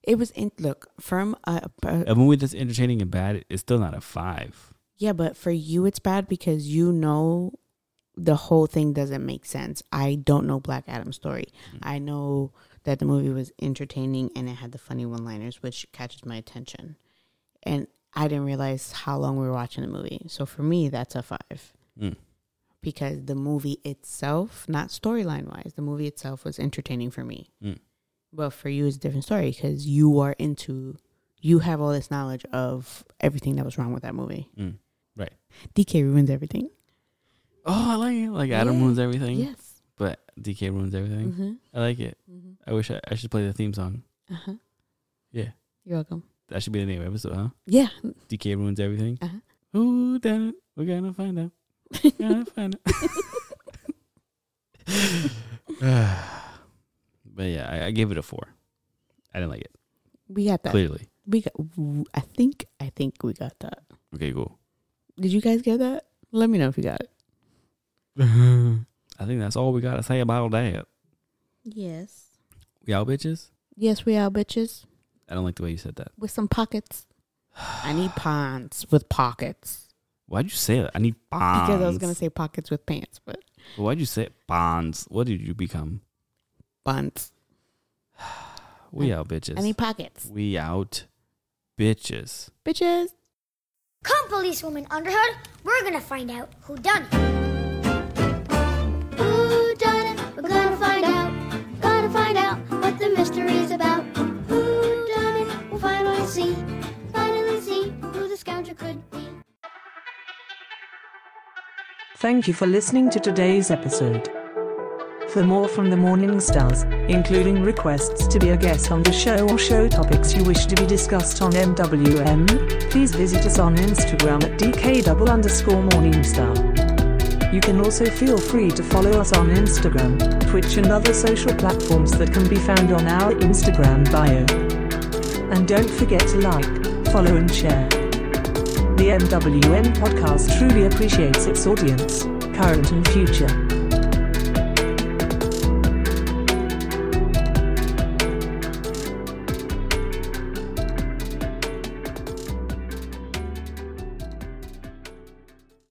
D: It was in look from a, a
A: A movie that's entertaining and bad, it's still not a five.
D: yeah, but for you it's bad because you know the whole thing doesn't make sense. I don't know Black Adam's story. I know that the movie was entertaining and it had the funny one-liners, which catches my attention. And I didn't realize how long we were watching the movie. So for me, that's a five.
A: Mm.
D: because the movie itself, not storyline wise, the movie itself was entertaining for me.
A: Mm.
D: But for you, it's a different story because you are into, you have all this knowledge of everything that was wrong with that movie.
A: Mm. Right.
D: DK ruins everything.
A: Oh, I like it. Like Adam
D: Yeah.
A: ruins everything,
D: Yes.
A: but DK ruins everything.
D: Mm-hmm.
A: I like it. I wish I, I should play the theme song.
D: Uh-huh.
A: Yeah.
D: You're welcome.
A: That should be the name of the episode, huh?
D: Yeah.
A: DK ruins everything.
D: Uh-huh.
A: Who done it? We're gonna find out. Gonna find out. but yeah, I, I gave it a four. I didn't like it.
D: we got that.
A: Clearly.
D: We got, w- I think, I think we got that.
A: Okay, cool.
D: Did you guys get that? Let me know if you got it.
A: I think that's all we gotta say about that.
D: Yes.
A: Y'all bitches?
D: Yes, we are bitches
A: I don't like the way you said that.
D: with some pockets. I need pants with pockets.
A: Why'd you say that? I need bonds.
D: Because I was gonna say pockets with pants, but
A: Why'd you say bonds? What did you become?
D: buns.
A: We out, bitches.
D: Uh, I need pockets.
A: we out, bitches.
D: Bitches.
E: Come, policewoman Underhood, we're gonna find out who done it. Who done it? We're gonna find out. Gotta find out what the mystery's about. Who done it? We'll finally see. Finally see who the scoundrel could be.
B: Thank you for listening to today's episode. For more from the Morning Stars, including requests to be a guest on the show or show topics you wish to be discussed on MWM, please visit us on Instagram at DK double underscore Morningstar. You can also feel free to follow us on Instagram, Twitch, and other social platforms that can be found on our Instagram bio. And don't forget to like, follow, and share. The MWN podcast truly appreciates its audience, current and future.